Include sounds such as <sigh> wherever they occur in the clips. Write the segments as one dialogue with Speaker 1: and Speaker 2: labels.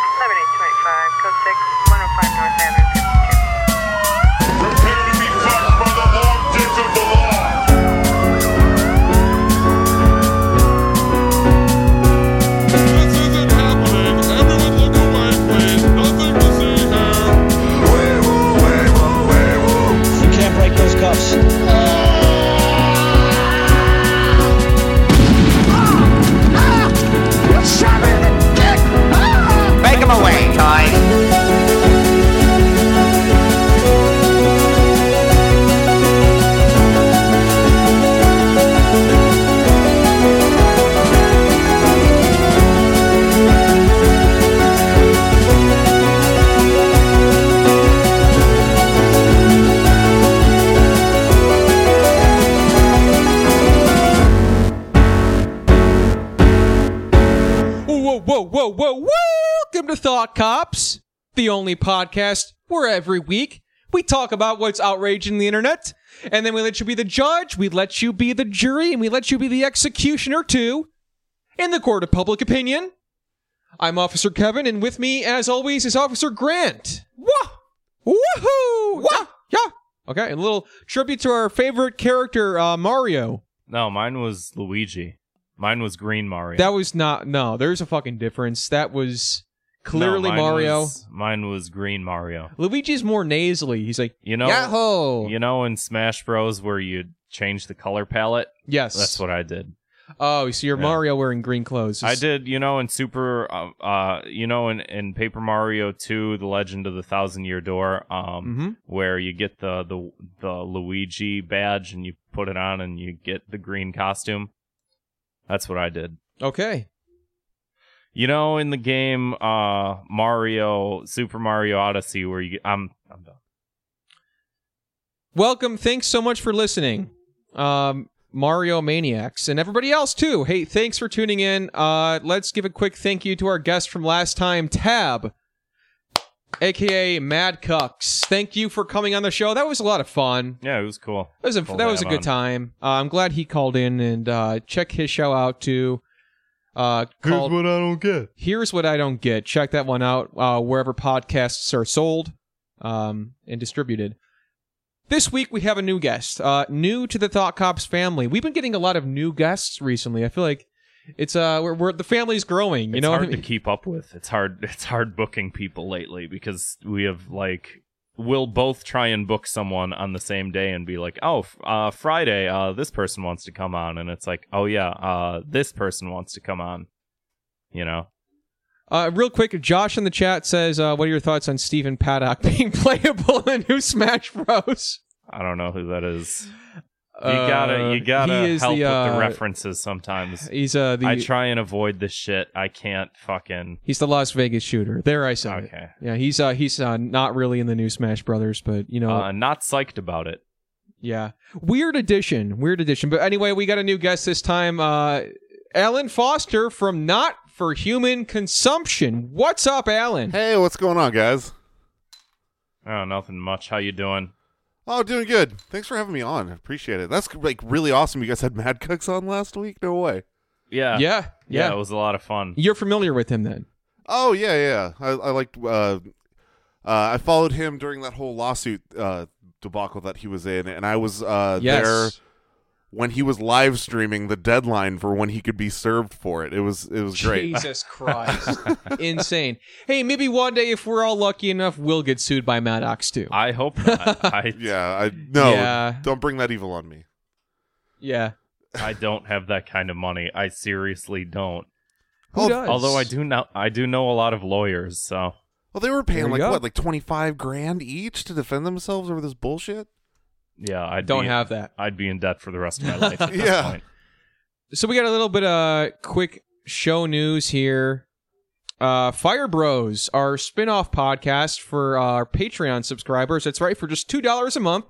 Speaker 1: 7825, code 6, 105 North Avenue, 52.
Speaker 2: Prepare to be fucked by the long dick of the law.
Speaker 3: This isn't happening. Everyone look away, please. Nothing to see here.
Speaker 4: You can't break those cuffs.
Speaker 5: Make him away, Ty.
Speaker 6: Whoa, whoa, whoa, whoa, welcome to Thought Cops, the only podcast where every week we talk about what's outraging the internet, and then we let you be the judge, we let you be the jury, and we let you be the executioner too, in the court of public opinion. I'm Officer Kevin, and with me, as always, is Officer Grant. Wah! Woohoo! Wah! Yeah! Okay, and a little tribute to our favorite character, uh, Mario.
Speaker 7: No, mine was Luigi. Mine was Green Mario.
Speaker 6: That was not no. There's a fucking difference. That was
Speaker 7: No,
Speaker 6: clearly
Speaker 7: mine
Speaker 6: Mario.
Speaker 7: was- mine was Green Mario.
Speaker 6: Luigi's more nasally. He's like
Speaker 7: You know,
Speaker 6: Yahoo!
Speaker 7: you know, in Smash Bros, where you change the color palette.
Speaker 6: yes.
Speaker 7: That's what I did.
Speaker 6: Oh, so you're
Speaker 7: Yeah.
Speaker 6: Mario wearing green clothes.
Speaker 7: I did. You know, in Super, uh, uh you know, in, in Paper Mario Two, The Legend of the Thousand Year Door, um,
Speaker 6: Mhm.
Speaker 7: where you get the the the Luigi badge and you put it on and you get the green costume. That's what I did.
Speaker 6: Okay.
Speaker 7: You know, in the game uh Mario Super Mario Odyssey, where you I'm I'm done.
Speaker 6: Welcome. Thanks so much for listening. Um Mario Maniacs and everybody else too. Hey, thanks for tuning in. Uh let's give a quick thank you to our guest from last time, Tab. AKA Mad Cucks. Thank you for coming on the show. That was a lot of fun.
Speaker 7: Yeah, it was cool.
Speaker 6: That was a,
Speaker 7: Pull
Speaker 6: that was a
Speaker 7: that
Speaker 6: good
Speaker 7: on.
Speaker 6: time. Uh, I'm glad he called in and uh, check his show out too. Uh, called,
Speaker 7: I don't get.
Speaker 6: Here's what I don't get. Check that one out uh, wherever podcasts are sold um, and distributed. This week we have a new guest, uh, new to the Thought Cops family. We've been getting a lot of new guests recently. I feel like it's uh we're, we're the family's growing. You
Speaker 7: it's
Speaker 6: know what
Speaker 7: hard
Speaker 6: I mean?
Speaker 7: to keep up with. It's hard. It's hard booking people lately because we have like we'll both try and book someone on the same day and be like, oh, f- uh, Friday, uh, this person wants to come on, and it's like, oh yeah, uh, this person wants to come on. You know,
Speaker 6: Uh, real quick, Josh in the chat says, uh, "What are your thoughts on Stephen Paddock being <laughs> playable in new Smash Bros?"
Speaker 7: I don't know who that is. You gotta, you gotta
Speaker 6: Uh, he is
Speaker 7: help
Speaker 6: the,
Speaker 7: with
Speaker 6: uh,
Speaker 7: the references sometimes.
Speaker 6: He's uh the
Speaker 7: I try and avoid this shit. I can't fucking.
Speaker 6: he's the Las Vegas shooter. There I said it.
Speaker 7: Okay.
Speaker 6: Yeah, he's uh he's uh not really in the new Smash Brothers, but you know,
Speaker 7: Uh, not psyched about it.
Speaker 6: yeah. Weird addition, weird addition. But anyway, we got a new guest this time. Uh Alan Foster from Not for Human Consumption. What's up, Alan?
Speaker 8: Hey, what's going on, guys?
Speaker 7: Oh, nothing much. How you doing?
Speaker 8: Oh, doing good. Thanks for having me on. Appreciate it. That's like really awesome. You guys had Mad Cooks on last week. No way.
Speaker 7: Yeah.
Speaker 6: yeah, yeah.
Speaker 7: Yeah, it was a lot of fun.
Speaker 6: You're familiar with him then.
Speaker 8: Oh yeah, yeah. I, I liked. Uh, uh, I followed him during that whole lawsuit uh, debacle that he was in, and I was uh,
Speaker 6: Yes.
Speaker 8: there when he was live streaming the deadline for when he could be served for it. It was it was great.
Speaker 6: <laughs> Jesus
Speaker 7: <laughs>
Speaker 6: Christ. Insane. Hey, maybe one day if we're all lucky enough, we'll get sued by Maddox too. <laughs>
Speaker 7: I hope not. I,
Speaker 8: Yeah, I no.
Speaker 6: Yeah.
Speaker 8: Don't bring that evil on me.
Speaker 6: yeah.
Speaker 7: I don't have that kind of money. I seriously don't.
Speaker 6: Who
Speaker 8: Oh,
Speaker 6: does?
Speaker 7: Although I do know I do know a lot of lawyers, so
Speaker 8: Well, they were
Speaker 6: There
Speaker 8: paying
Speaker 6: you
Speaker 8: like
Speaker 6: go.
Speaker 8: what, like twenty five grand each to defend themselves over this bullshit.
Speaker 7: yeah, I
Speaker 6: don't have that.
Speaker 7: I'd be in debt for the
Speaker 6: <laughs>
Speaker 7: rest of my life. At this
Speaker 8: Yeah.
Speaker 7: point.
Speaker 6: So we got a little bit of quick show news here. Uh, Fire Bros, our spin-off podcast for our Patreon subscribers. That's right, for just two dollars a month,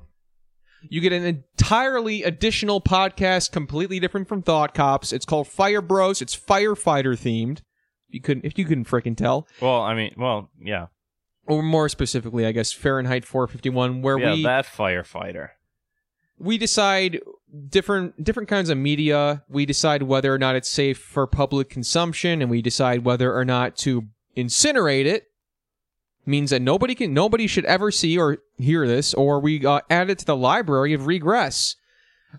Speaker 6: you get an entirely additional podcast, completely different from Thought Cops. It's called Fire Bros. It's firefighter themed. If you couldn't, if you couldn't frickin' tell,
Speaker 7: Well, I mean, well, yeah,
Speaker 6: or more specifically, I guess Fahrenheit 451, where
Speaker 7: yeah,
Speaker 6: we
Speaker 7: that firefighter.
Speaker 6: we decide different different kinds of media. We decide whether or not it's safe for public consumption, and we decide whether or not to incinerate it means that nobody can nobody should ever see or hear this or we uh, add it to the library of regress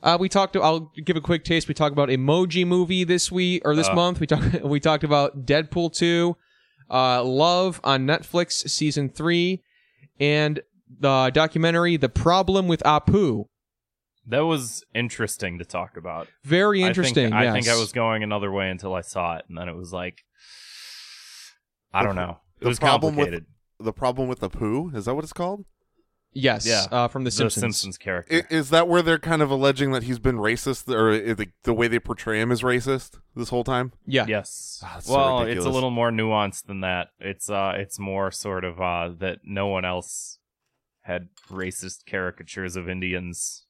Speaker 6: uh, we talked i'll give a quick taste we talked about emoji movie this week or this month we talked <laughs> we talked about deadpool 2 uh, love on netflix season 3 and the documentary the problem with apu
Speaker 7: That was interesting to talk about.
Speaker 6: very interesting
Speaker 7: I think, I,
Speaker 6: yes.
Speaker 7: think I was going another way until I saw it, and then it was like, I
Speaker 8: The-
Speaker 7: don't know. It
Speaker 8: the
Speaker 7: was
Speaker 8: problem with-
Speaker 7: complicated.
Speaker 8: The problem with the poo is that what it's called?
Speaker 6: yes
Speaker 7: yeah.
Speaker 6: uh, from the
Speaker 7: the
Speaker 6: simpsons,
Speaker 7: Simpsons, character.
Speaker 8: I- Is that where they're kind of alleging that he's been racist, or i- the, the way they portray him is racist this whole time?
Speaker 6: yeah
Speaker 7: Yes.
Speaker 8: Ah, it's so
Speaker 7: well, it's a
Speaker 8: ridiculous.
Speaker 7: little more nuanced than that. It's uh, it's more sort of uh that no one else had racist caricatures of Indians.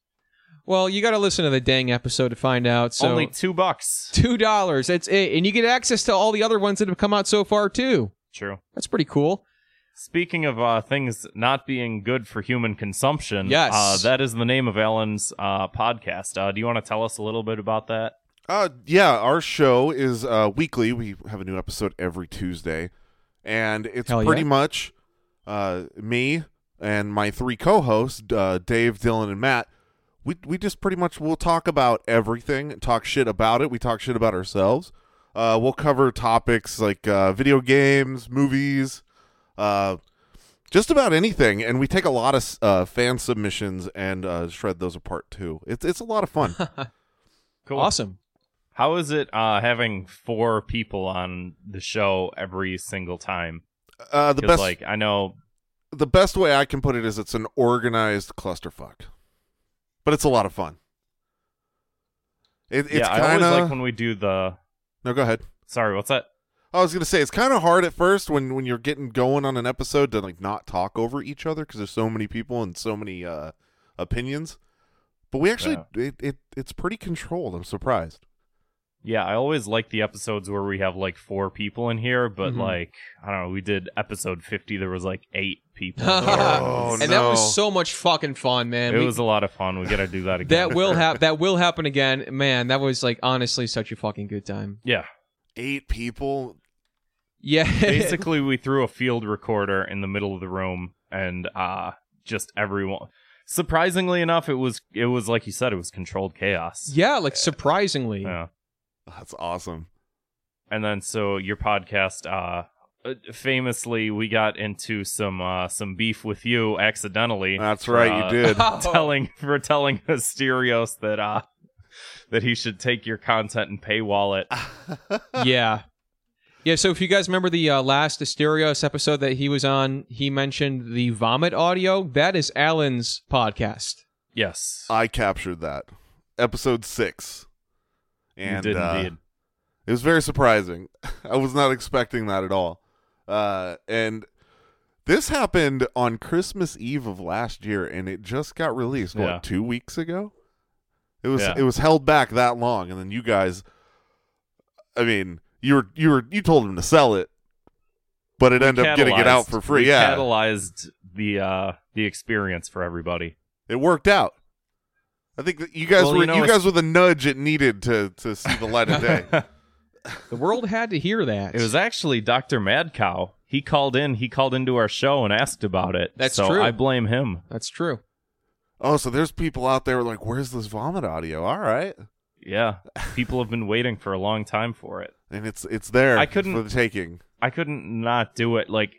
Speaker 6: well you got to listen to the dang episode to find out so
Speaker 7: Only two bucks.
Speaker 6: two dollars that's it and you get access to all the other ones that have come out so far too
Speaker 7: True.
Speaker 6: that's pretty cool
Speaker 7: Speaking of uh, things not being good for human consumption,
Speaker 6: Yes.
Speaker 7: uh, that is the name of Ellen's uh, podcast. Uh, do you want to tell us a little bit about that?
Speaker 8: Uh, yeah, our show is uh, weekly. We have a new episode every Tuesday, and it's
Speaker 6: Hell yeah.
Speaker 8: pretty much uh, me and my three co-hosts, uh, Dave, Dylan, and Matt. We we just pretty much will talk about everything, and talk shit about it. We talk shit about ourselves. Uh, we'll cover topics like uh, video games, movies, uh, just about anything, and we take a lot of s- uh, fan submissions and uh, shred those apart too. It's it's a lot of
Speaker 6: <laughs>
Speaker 8: fun.
Speaker 7: Cool.
Speaker 6: awesome <laughs>
Speaker 7: How is it uh, having four people on the show every single time?
Speaker 8: Uh, the
Speaker 7: Because,
Speaker 8: best
Speaker 7: like, I know
Speaker 8: the best way I can put it is it's an organized clusterfuck, but it's a lot of fun. It, it's
Speaker 7: yeah, I
Speaker 8: kind
Speaker 7: always
Speaker 8: of
Speaker 7: like when we do the.
Speaker 8: no. Go ahead.
Speaker 7: Sorry, what's that?
Speaker 8: I was gonna say it's kind of hard at first when when you're getting going on an episode to like not talk over each other because there's so many people and so many uh opinions. But we actually it, it it's pretty controlled. I'm surprised.
Speaker 7: Yeah, I always like the episodes where we have like four people in here, but
Speaker 6: Mhm.
Speaker 7: like I don't know, we did episode fifty. There was like eight
Speaker 6: <laughs>
Speaker 7: people.
Speaker 8: Oh,
Speaker 6: and that
Speaker 8: no.
Speaker 6: was so much fucking fun man
Speaker 7: it
Speaker 6: We-
Speaker 7: was a lot of fun. We gotta do
Speaker 6: <laughs>
Speaker 7: that again.
Speaker 6: that will hap- that will happen again man that was like honestly such a fucking good time
Speaker 7: yeah.
Speaker 8: Eight people.
Speaker 6: yeah
Speaker 7: <laughs> Basically, we threw a field recorder in the middle of the room, and uh just everyone. Surprisingly enough, it was it was like you said, it was controlled chaos.
Speaker 6: <laughs> yeah like surprisingly
Speaker 7: Yeah.
Speaker 8: That's awesome.
Speaker 7: and then so your podcast uh famously we got into some uh some beef with you accidentally
Speaker 8: That's
Speaker 7: for,
Speaker 8: right.
Speaker 7: uh,
Speaker 8: you did.
Speaker 7: <laughs> telling for telling Asterios that uh that he should take your content and paywall it
Speaker 8: Ah.
Speaker 7: <laughs>
Speaker 6: yeah yeah so if you guys remember the uh, last asterios episode that he was on he mentioned the vomit audio that is alan's podcast
Speaker 7: yes
Speaker 8: I captured that episode six.
Speaker 7: you
Speaker 8: And
Speaker 7: did
Speaker 8: uh,
Speaker 7: indeed
Speaker 8: It was very surprising. <laughs> I was not expecting that at all. Uh, and this happened on Christmas Eve of last year, and it just got released what
Speaker 7: Yeah.
Speaker 8: two weeks ago. It was
Speaker 7: Yeah.
Speaker 8: it was held back that long, and then you guys. I mean, you were you were you told him to sell it, but it ended up getting it out
Speaker 7: Catalyzed-
Speaker 8: for free.
Speaker 7: we
Speaker 8: yeah,
Speaker 7: catalyzed the uh the experience for everybody
Speaker 8: it worked out. I think that you guys
Speaker 7: Well,
Speaker 8: were
Speaker 7: you
Speaker 8: you,
Speaker 7: know, it's-
Speaker 8: guys were the nudge it needed to to see the light of
Speaker 7: <laughs>
Speaker 8: day.
Speaker 6: the world had to hear that
Speaker 7: It was actually Dr. Mad Cow. He called in. He called into our show and asked about it.
Speaker 6: That's
Speaker 7: so
Speaker 6: true.
Speaker 7: I blame him.
Speaker 6: that's true
Speaker 8: oh, so there's people out there like, where's this vomit audio? All right.
Speaker 7: Yeah, people have been waiting for a long time for it.
Speaker 8: and it's it's there.
Speaker 7: I couldn't-
Speaker 8: for the taking.
Speaker 7: I couldn't not do it. Like,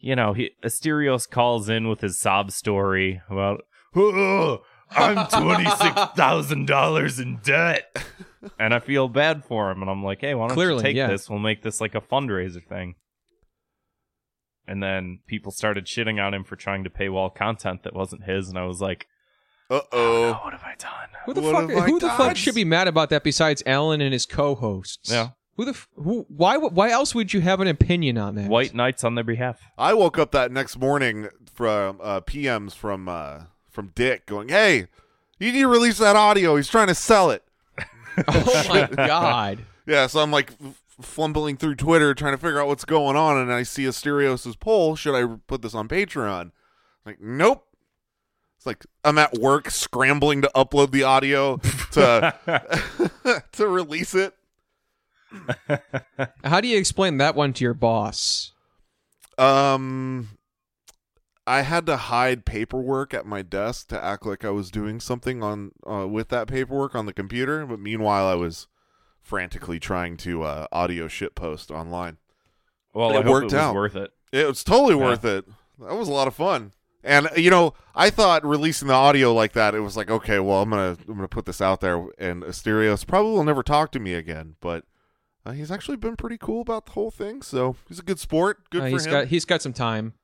Speaker 7: you know, he Asterios calls in with his sob story about, "Oh, I'm twenty six thousand dollars in debt, and I feel bad for him. And I'm like, hey, why don't
Speaker 6: Clearly,
Speaker 7: you take
Speaker 6: yeah.
Speaker 7: this? We'll make this like a fundraiser thing. And then people started shitting on him for trying to paywall content that wasn't his, and I was like,
Speaker 8: Uh
Speaker 7: oh,
Speaker 8: oh.
Speaker 7: what have I done?
Speaker 6: Who the
Speaker 8: What
Speaker 6: fuck?
Speaker 8: have I
Speaker 6: Who the
Speaker 8: done?
Speaker 6: fuck should be mad about that besides Alan and his co-hosts?
Speaker 7: Yeah.
Speaker 6: Who the? f- Who? Why? would- Why else would you have an opinion on that? <laughs>
Speaker 7: White Knights on their behalf.
Speaker 8: I woke up that next morning from uh, PMs from uh, from Dick going, "Hey, you need to release that audio. He's trying to sell it."
Speaker 6: Oh my god.
Speaker 8: Yeah, so I'm like f- fumbling through Twitter trying to figure out what's going on, and I see Asterios' poll: "Should I put this on Patreon?" I'm like, nope. It's like I'm at work scrambling to upload the audio
Speaker 7: <laughs>
Speaker 8: to <laughs> to release it.
Speaker 6: How do you explain that one to your boss?
Speaker 8: Um, I had to hide paperwork at my desk to act like I was doing something on uh, with that paperwork on the computer, but meanwhile I was frantically trying to uh, audio shit post online.
Speaker 7: Well,
Speaker 8: It
Speaker 7: I hope
Speaker 8: worked
Speaker 7: it was
Speaker 8: out.
Speaker 7: worth it.
Speaker 8: It was totally
Speaker 7: Yeah.
Speaker 8: worth it. That was a lot of fun. And uh, you know, I thought releasing the audio like that, it was like, okay, well, I'm gonna I'm gonna put this out there, and Asterios probably will never talk to me again. But uh, he's actually been pretty cool about the whole thing, so he's a good sport. Good
Speaker 6: Uh,
Speaker 8: for
Speaker 6: he's
Speaker 8: him.
Speaker 6: got he's got
Speaker 8: <laughs>
Speaker 6: some time.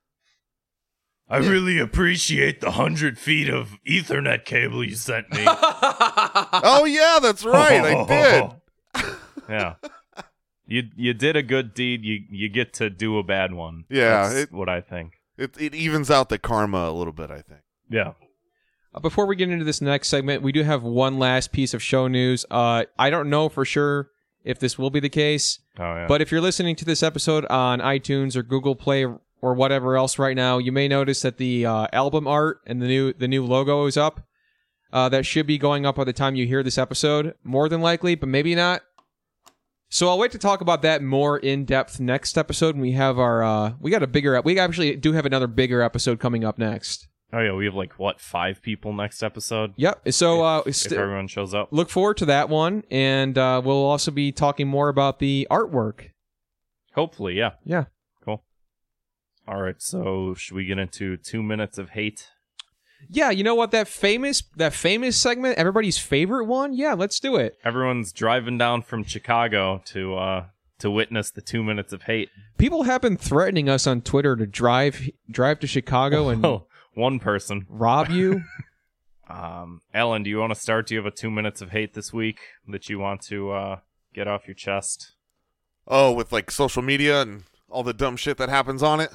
Speaker 7: I really appreciate the hundred feet of Ethernet cable you sent me.
Speaker 8: oh yeah, that's <laughs> right, I
Speaker 7: <laughs>
Speaker 8: did.
Speaker 7: yeah. You you did a good deed. You you get to do a bad one.
Speaker 8: Yeah,
Speaker 7: That's
Speaker 8: it-
Speaker 7: what I think.
Speaker 8: It it evens out the karma a little bit, I think.
Speaker 7: Yeah.
Speaker 6: Uh, Before we get into this next segment, we do have one last piece of show news. Uh, I don't know for sure if this will be the case,
Speaker 7: Oh yeah.
Speaker 6: but if you're listening to this episode on iTunes or Google Play or whatever else right now, you may notice that the uh, album art and the new the new logo is up. Uh, that should be going up by the time you hear this episode, more than likely, but maybe not. So I'll wait to talk about that more in depth next episode. When we have our uh, we got a bigger ep- we actually do have another bigger episode coming up next.
Speaker 7: oh yeah. We have like what five people next episode
Speaker 6: Yep. So uh,
Speaker 7: if
Speaker 6: st-
Speaker 7: everyone shows up.
Speaker 6: look forward to that one and uh, we'll also be talking more about the artwork
Speaker 7: Hopefully, yeah.
Speaker 6: yeah
Speaker 7: All right. So should we get into two minutes of hate?
Speaker 6: yeah you know what that famous that famous segment everybody's favorite one yeah let's do it
Speaker 7: Everyone's driving down from Chicago to uh to witness the two minutes of hate.
Speaker 6: people have been threatening us on twitter to drive drive to chicago and
Speaker 8: Mm.
Speaker 7: Oh, <laughs> one person.
Speaker 6: rob you
Speaker 7: Um, Ellen, do you want to start? Do you have a two minutes of hate this week that you want to uh, get off your chest?
Speaker 8: Oh, with like social media and all the dumb shit that happens on it.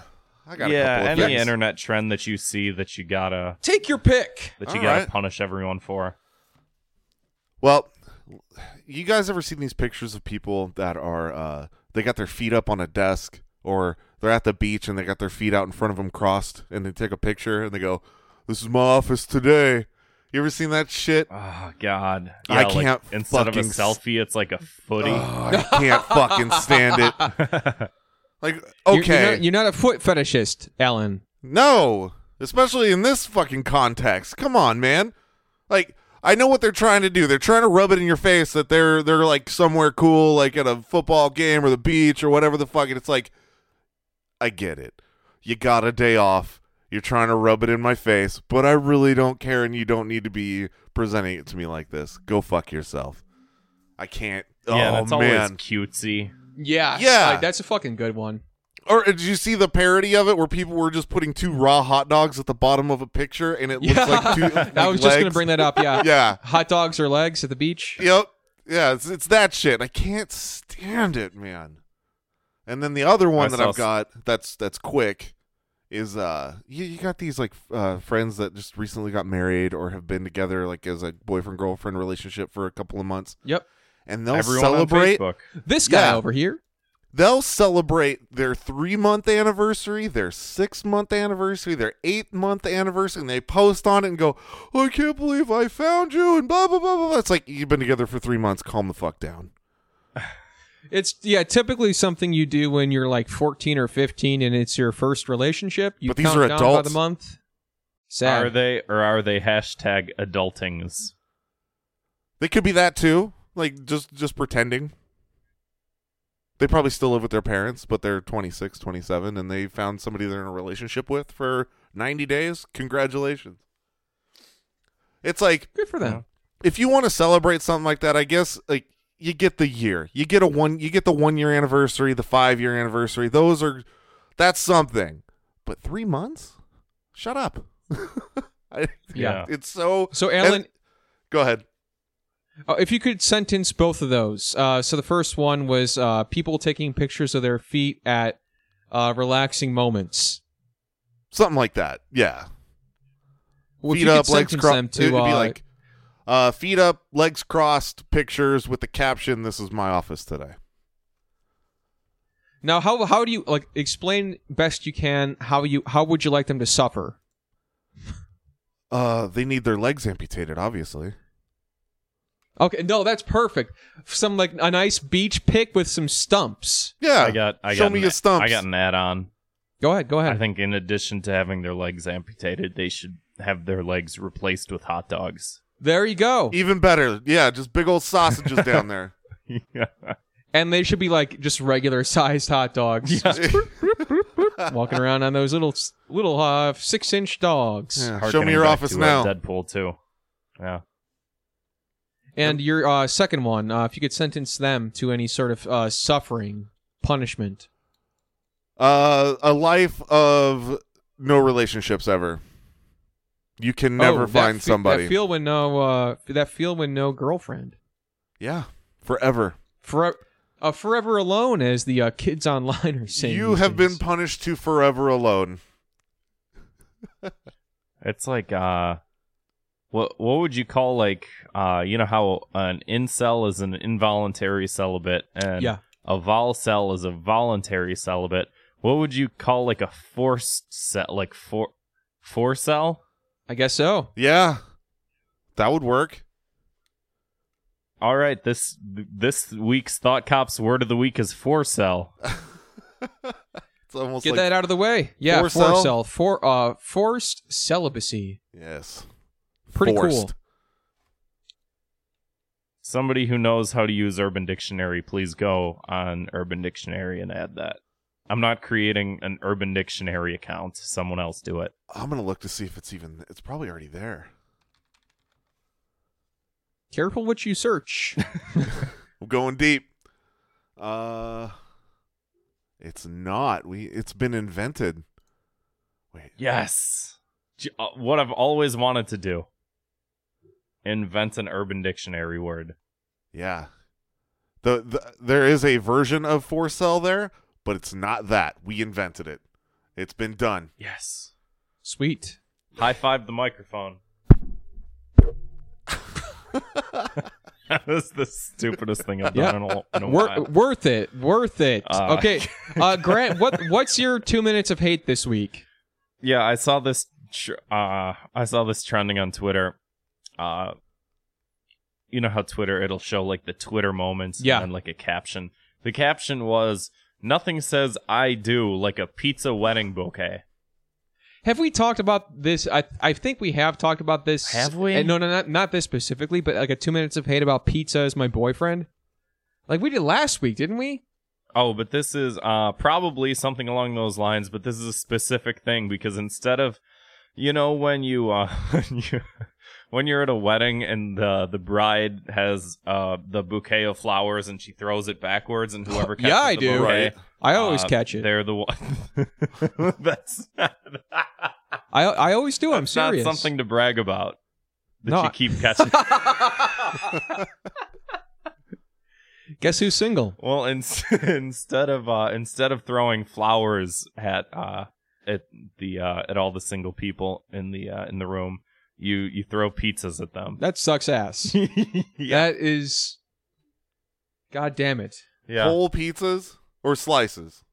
Speaker 8: I got a
Speaker 7: yeah,
Speaker 8: couple of
Speaker 7: any
Speaker 8: things.
Speaker 7: internet trend that you see that you gotta
Speaker 6: take your pick
Speaker 7: that you
Speaker 8: All
Speaker 7: gotta
Speaker 8: right.
Speaker 7: punish everyone for.
Speaker 8: Well, you guys ever seen these pictures of people that are uh, they got their feet up on a desk or they're at the beach and they got their feet out in front of them crossed and they take a picture and they go, "This is my office today." You ever seen that shit?
Speaker 7: Oh God,
Speaker 8: I
Speaker 7: like,
Speaker 8: can't
Speaker 7: instead of a
Speaker 8: fucking s-
Speaker 7: selfie, it's like a footy.
Speaker 8: Ugh, I can't fucking stand
Speaker 7: <laughs>
Speaker 8: it. Like, okay,
Speaker 6: You're- you're, not, you're not a foot fetishist alan
Speaker 8: No, especially in this fucking context. Come on, man. Like I know what they're trying to do. They're trying to rub it in your face that they're they're like somewhere cool, like at a football game or the beach or whatever the fuck. And it's like, I get it. You got a day off. You're trying to rub it in my face, but I really don't care, and you don't need to be presenting it to me like this. Go fuck yourself. I can't.
Speaker 7: yeah,
Speaker 8: oh
Speaker 7: that's
Speaker 8: man.
Speaker 7: always cutesy.
Speaker 6: yeah
Speaker 8: Yeah.
Speaker 6: like, that's a fucking good one
Speaker 8: Or uh, did you see the parody of it where people were just putting two raw hot dogs at the bottom of a picture and it looks like two? Like
Speaker 6: <laughs> i was just gonna
Speaker 8: legs?
Speaker 6: bring that up yeah.
Speaker 8: Yeah.
Speaker 6: hot dogs or legs at the beach
Speaker 8: Yep. Yeah. It's, it's that shit. I can't stand it, man. And then the other one
Speaker 7: I
Speaker 8: that
Speaker 7: saw
Speaker 8: I've
Speaker 7: s-
Speaker 8: got that's that's quick is uh you, you got these like f- uh friends that just recently got married or have been together like as a boyfriend girlfriend relationship for a couple of months
Speaker 6: yep
Speaker 8: and they'll
Speaker 7: everyone
Speaker 8: celebrate
Speaker 7: on Facebook.
Speaker 6: this guy
Speaker 8: Yeah.
Speaker 6: over here
Speaker 8: they'll celebrate their three month anniversary, their six month anniversary, their eight month anniversary, and they post on it and go, I can't believe I found you, and blah, blah, blah, blah. blah. It's like, you've been together for three months. Calm the fuck down.
Speaker 6: It's yeah, typically something you do when you're like 14 or 15 and it's your first relationship. You
Speaker 8: But these
Speaker 6: count
Speaker 8: are
Speaker 6: down by
Speaker 8: adults.
Speaker 6: the month. Sad.
Speaker 7: Are they or are they hashtag adultings?
Speaker 8: They could be that too, like just just pretending. They probably still live with their parents, but they're 26, 27, and they found somebody they're in a relationship with for 90 days. Congratulations. It's like,
Speaker 6: Good for them.
Speaker 8: if you want to celebrate something like that, I guess like you get the year. You get a one you get the one year anniversary, the five year anniversary. Those are that's something. But three months? Shut up. <laughs> I,
Speaker 7: Yeah.
Speaker 8: It's so
Speaker 6: So Alan,
Speaker 8: Go ahead.
Speaker 6: uh, if you could sentence both of those. Uh, so the first one was uh, people taking pictures of their feet at uh, relaxing moments.
Speaker 8: Something like that. Yeah.
Speaker 6: Well, if
Speaker 8: feet
Speaker 6: you could
Speaker 8: up, legs
Speaker 6: sentence them
Speaker 8: crossed.
Speaker 6: to,
Speaker 8: It'd be
Speaker 6: uh,
Speaker 8: like uh, feet up, legs crossed, pictures with the caption, This is my office today.
Speaker 6: Now, how how do you like explain best you can how you how would you like them to suffer?
Speaker 8: Uh, they need their legs amputated, obviously.
Speaker 6: Okay, no, that's perfect. Some like a nice beach pick with some stumps.
Speaker 8: Yeah.
Speaker 7: I got I
Speaker 8: Show
Speaker 7: got
Speaker 8: me
Speaker 7: an,
Speaker 8: your stumps.
Speaker 7: I got an ad on
Speaker 6: Go ahead. Go ahead.
Speaker 7: I think in addition to having their legs amputated, they should have their legs replaced with hot dogs.
Speaker 6: there you go.
Speaker 8: Even better. Yeah, just big old sausages down
Speaker 6: <laughs>
Speaker 8: there. <laughs>
Speaker 7: <laughs>
Speaker 6: And they should be like just regular <laughs> sized hot dogs. Walking around on those little little uh, six inch dogs.
Speaker 8: Yeah, Show
Speaker 7: Harkening
Speaker 8: me your
Speaker 7: back
Speaker 8: office
Speaker 7: to, uh,
Speaker 8: now.
Speaker 7: Deadpool too. Yeah.
Speaker 6: And your uh, second one, uh, if you could sentence them to any sort of uh, suffering, punishment.
Speaker 8: Uh, a life of no relationships ever. You can never
Speaker 6: Oh, that
Speaker 8: find
Speaker 6: fe-
Speaker 8: somebody.
Speaker 6: That feel when no, uh, that feel when no girlfriend.
Speaker 8: yeah, forever.
Speaker 6: For, uh, forever alone, as the uh, kids online are saying.
Speaker 8: you
Speaker 6: these
Speaker 8: have been
Speaker 6: days.
Speaker 8: punished to forever alone.
Speaker 7: It's like uh what what would you call like uh you know how an incel is an involuntary celibate and
Speaker 6: Yeah.
Speaker 7: a vol cell is a voluntary celibate. What would you call like a forced cell like for four cell?
Speaker 6: I guess so.
Speaker 8: Yeah, that would work.
Speaker 7: All right, this this week's thought cops word of the week is four cell.
Speaker 8: It's almost
Speaker 6: Get
Speaker 8: like
Speaker 6: that out of the way. Yeah,
Speaker 8: Forced
Speaker 6: forced
Speaker 8: cel?
Speaker 6: cel- for uh, forced celibacy.
Speaker 8: yes,
Speaker 6: Pretty cool.
Speaker 8: Forced.
Speaker 7: Somebody who knows how to use Urban Dictionary, please go on Urban Dictionary and add that. I'm not creating an Urban Dictionary account. Someone else do it.
Speaker 8: I'm gonna look to see if it's even. It's probably already there.
Speaker 6: Careful what you search.
Speaker 8: We're going deep. Uh, it's not. We. It's been invented. Wait.
Speaker 7: Yes. J- uh, What I've always wanted to do. Invent an urban dictionary word.
Speaker 8: Yeah. The, the there is a version of four cell there, but it's not that. We invented it. It's been done.
Speaker 7: Yes.
Speaker 6: Sweet.
Speaker 7: High five the microphone. <laughs> that was the stupidest thing I've done in a, in a
Speaker 6: Oh, Wor-
Speaker 7: while.
Speaker 6: worth it. Worth it.
Speaker 7: Uh,
Speaker 6: okay. Uh, Grant, what what's your two minutes of hate this week?
Speaker 7: yeah i saw this tr- uh i saw this trending on twitter uh you know how twitter it'll show like the twitter moments
Speaker 6: Yeah.
Speaker 7: and then, like a caption the caption was nothing says i do like a pizza wedding bouquet
Speaker 6: Have we talked about this? I I think we have talked about this.
Speaker 7: Have we?
Speaker 6: Uh, no, no, not not this specifically, but like a two minutes of hate about pizza is my boyfriend. Like we did last week, didn't we?
Speaker 7: oh but this is uh probably something along those lines but this is a specific thing because instead of you know when you uh <laughs> when you when you're at a wedding and the the bride has uh the bouquet of flowers and she throws it backwards and whoever
Speaker 6: <laughs>
Speaker 7: catches
Speaker 6: Yeah, I
Speaker 7: the
Speaker 6: do.
Speaker 7: bouquet,
Speaker 8: Right.
Speaker 6: I always
Speaker 7: Uh,
Speaker 6: catch it.
Speaker 7: They're the one. <laughs> that's not,
Speaker 6: I I always do. I'm
Speaker 7: that's not
Speaker 6: serious.
Speaker 7: something to brag about. That
Speaker 6: No, I-
Speaker 7: you keep
Speaker 6: <laughs>
Speaker 7: catching.
Speaker 6: Guess who's single?
Speaker 7: well, in, <laughs> instead of uh, instead of throwing flowers at uh, at the uh, at all the single people in the uh, in the room, you you throw pizzas
Speaker 6: <laughs>
Speaker 7: at them.
Speaker 6: That sucks ass.
Speaker 7: <laughs> yeah,
Speaker 6: That is. God damn it.
Speaker 7: yeah.
Speaker 8: Whole pizzas or slices.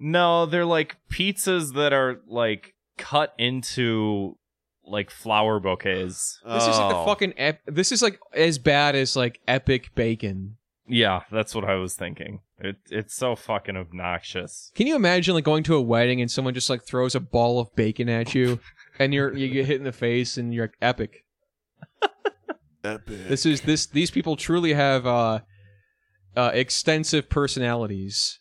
Speaker 7: No, they're like pizzas that are like cut into like flower bouquets.
Speaker 6: This is like the
Speaker 8: Oh.
Speaker 6: fucking. Ep- this is like as bad as like epic bacon.
Speaker 7: Yeah, that's what I was thinking. It it's so fucking obnoxious.
Speaker 6: Can you imagine like going to a wedding and someone just like throws a ball of bacon at you, and you're you get hit in the face and you're like, epic.
Speaker 8: Epic.
Speaker 6: This is this these people truly have uh, uh extensive personalities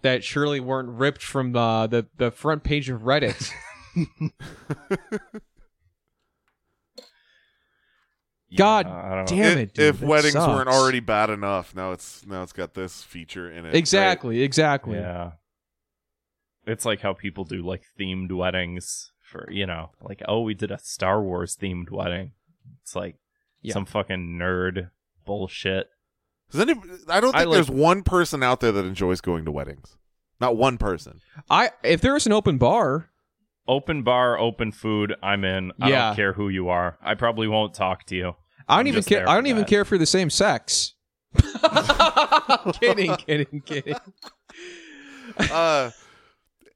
Speaker 6: that surely weren't ripped from the the, the front page of
Speaker 7: <laughs>
Speaker 6: Reddit. God
Speaker 7: I don't-
Speaker 6: damn- it, dude,
Speaker 8: if
Speaker 6: that
Speaker 8: weddings
Speaker 6: sucks.
Speaker 8: weren't already bad enough, now it's now it's got this feature in it.
Speaker 6: exactly, exactly.
Speaker 7: Yeah. It's like how people do like themed weddings for, you know, like, oh, we did a Star Wars themed wedding. It's like
Speaker 6: Yeah.
Speaker 7: some fucking nerd bullshit.
Speaker 8: Great. Does any- I don't
Speaker 7: I
Speaker 8: think
Speaker 7: like-
Speaker 8: there's one person out there that enjoys going to weddings. Not one person.
Speaker 6: I if there was an open bar,
Speaker 7: Open bar, open food, I'm in. I
Speaker 6: Yeah.
Speaker 7: don't care who you are. I probably won't talk to you.
Speaker 6: I don't
Speaker 7: I'm
Speaker 6: even
Speaker 7: just
Speaker 6: care.
Speaker 7: there
Speaker 6: I
Speaker 7: for
Speaker 6: don't even
Speaker 7: that.
Speaker 6: care if you're the same sex. <laughs> kidding, kidding, kidding.
Speaker 8: uh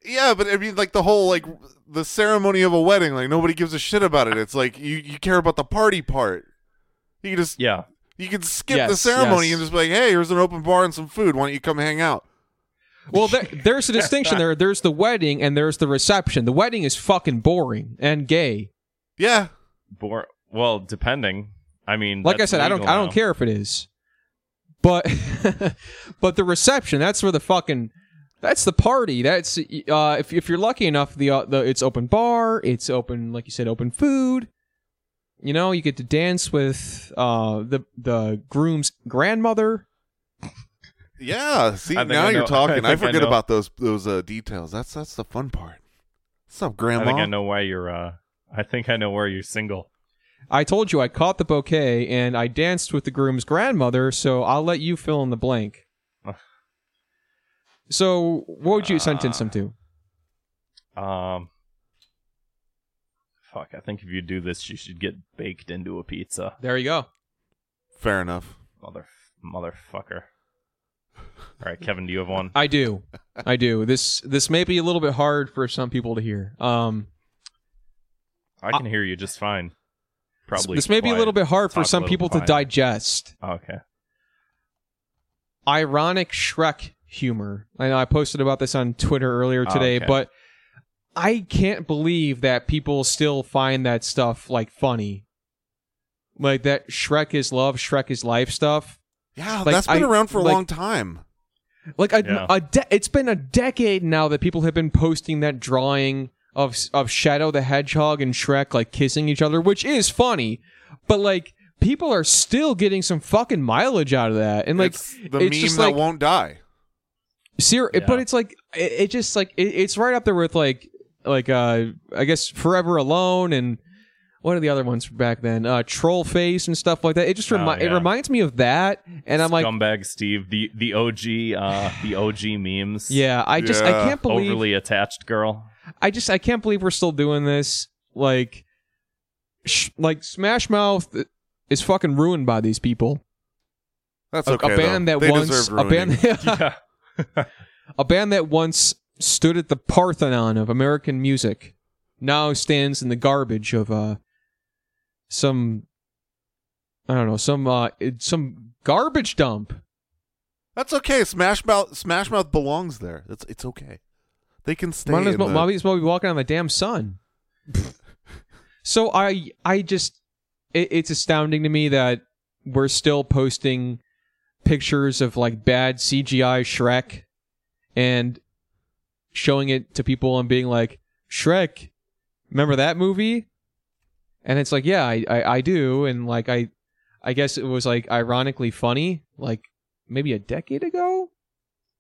Speaker 8: yeah but i mean like the whole like the ceremony of a wedding like nobody gives a shit about it it's like you you care about the party part you can just
Speaker 7: Yeah.
Speaker 8: you can skip the
Speaker 6: Yes,
Speaker 8: ceremony
Speaker 6: yes.
Speaker 8: and just be like hey here's an open bar and some food why don't you come hang out
Speaker 6: Well, there, there's a distinction there. There's the wedding and there's the reception. The wedding is fucking boring and gay.
Speaker 8: Yeah.
Speaker 7: Bor- well, depending. I mean,
Speaker 6: Like I
Speaker 7: that's
Speaker 6: said, I don't
Speaker 7: legal
Speaker 6: I don't
Speaker 7: now.
Speaker 6: care if it is. But <laughs> but the reception, that's where the fucking that's the party. That's uh if if you're lucky enough the uh, the it's open bar, it's open like you said open food. You know, you get to dance with uh the the groom's grandmother.
Speaker 8: Yeah. See,
Speaker 7: I think
Speaker 8: now
Speaker 7: I
Speaker 8: you're
Speaker 7: know- <laughs>
Speaker 8: talking.
Speaker 7: I
Speaker 8: I,
Speaker 7: think I
Speaker 8: forget
Speaker 7: know.
Speaker 8: about those those uh, details. That's that's the fun part. What's up, Grandma?
Speaker 7: I think I know why you're. Uh, I think I know where you're single.
Speaker 6: I told you I caught the bouquet and I danced with the groom's grandmother, so I'll let you fill in the
Speaker 7: <sighs>
Speaker 6: blank. So, what would you sentence him
Speaker 7: Ah.
Speaker 6: to?
Speaker 7: Um, fuck. I think if you do this, you should get baked into a pizza,
Speaker 6: There you go.
Speaker 8: Fair enough.
Speaker 7: mother motherfucker. All right, Kevin, do you have one?
Speaker 6: I do. I do. This this may be a little bit hard for some people to hear. Um
Speaker 7: I can hear you just fine. Probably.
Speaker 6: Uh, this may be a little bit
Speaker 7: quiet.
Speaker 6: hard for
Speaker 7: Talk a
Speaker 6: some
Speaker 7: little
Speaker 6: people to
Speaker 7: quieter.
Speaker 6: digest.
Speaker 7: Oh, okay.
Speaker 6: ironic Shrek humor. I know I posted about this on Twitter earlier
Speaker 7: Oh,
Speaker 6: today,
Speaker 7: okay.
Speaker 6: but I can't believe that people still find that stuff like funny. Like that Shrek is love, Shrek is life stuff.
Speaker 8: Yeah,
Speaker 6: Like,
Speaker 8: that's been
Speaker 6: I-
Speaker 8: around for a
Speaker 6: like-
Speaker 8: long time.
Speaker 6: Like a,
Speaker 7: Yeah.
Speaker 6: a de- it's been a decade now that people have been posting that drawing of of Shadow the Hedgehog and Shrek like kissing each other, which is funny, but like people are still getting some fucking mileage out of that. And like
Speaker 8: it's the
Speaker 6: it's
Speaker 8: meme
Speaker 6: just
Speaker 8: that
Speaker 6: like
Speaker 8: won't die.
Speaker 6: Ser-
Speaker 7: Yeah.
Speaker 6: but it's like it, it just like it, it's right up there with like like uh I guess Forever Alone and what are the other ones from back then? Uh Troll Face and stuff like that. It just
Speaker 7: Oh,
Speaker 6: remi- it
Speaker 7: yeah.
Speaker 6: reminds me of that and I'm like
Speaker 7: Scumbag Steve, the the OG,
Speaker 6: <sighs>
Speaker 7: uh, the OG memes.
Speaker 6: yeah, I just I
Speaker 8: Yeah.
Speaker 6: can't believe
Speaker 7: Overly attached girl.
Speaker 6: <laughs> I just I can't believe we're still doing this like sh- like Smash Mouth is fucking ruined by these people.
Speaker 8: That's
Speaker 6: A-
Speaker 8: okay.
Speaker 6: a band
Speaker 8: though.
Speaker 6: that
Speaker 8: they
Speaker 6: once
Speaker 8: deserve
Speaker 6: a <laughs> band
Speaker 8: ruining.
Speaker 7: yeah.
Speaker 6: a band that once stood at the Parthenon of American music now stands in the garbage of uh some I don't know some uh it- some garbage dump.
Speaker 8: That's okay. Smash Mouth Smash Mouth belongs there. It's it's okay. They can stay.
Speaker 6: Might as,
Speaker 8: in
Speaker 6: well,
Speaker 8: the-
Speaker 6: might as well be walking on the damn sun. so I I just it, it's astounding to me that we're still posting pictures of like bad CGI Shrek and showing it to people and being like Shrek, remember that movie? And it's like yeah I I, I do and like I I guess it was like ironically funny like maybe a decade ago.
Speaker 7: <laughs>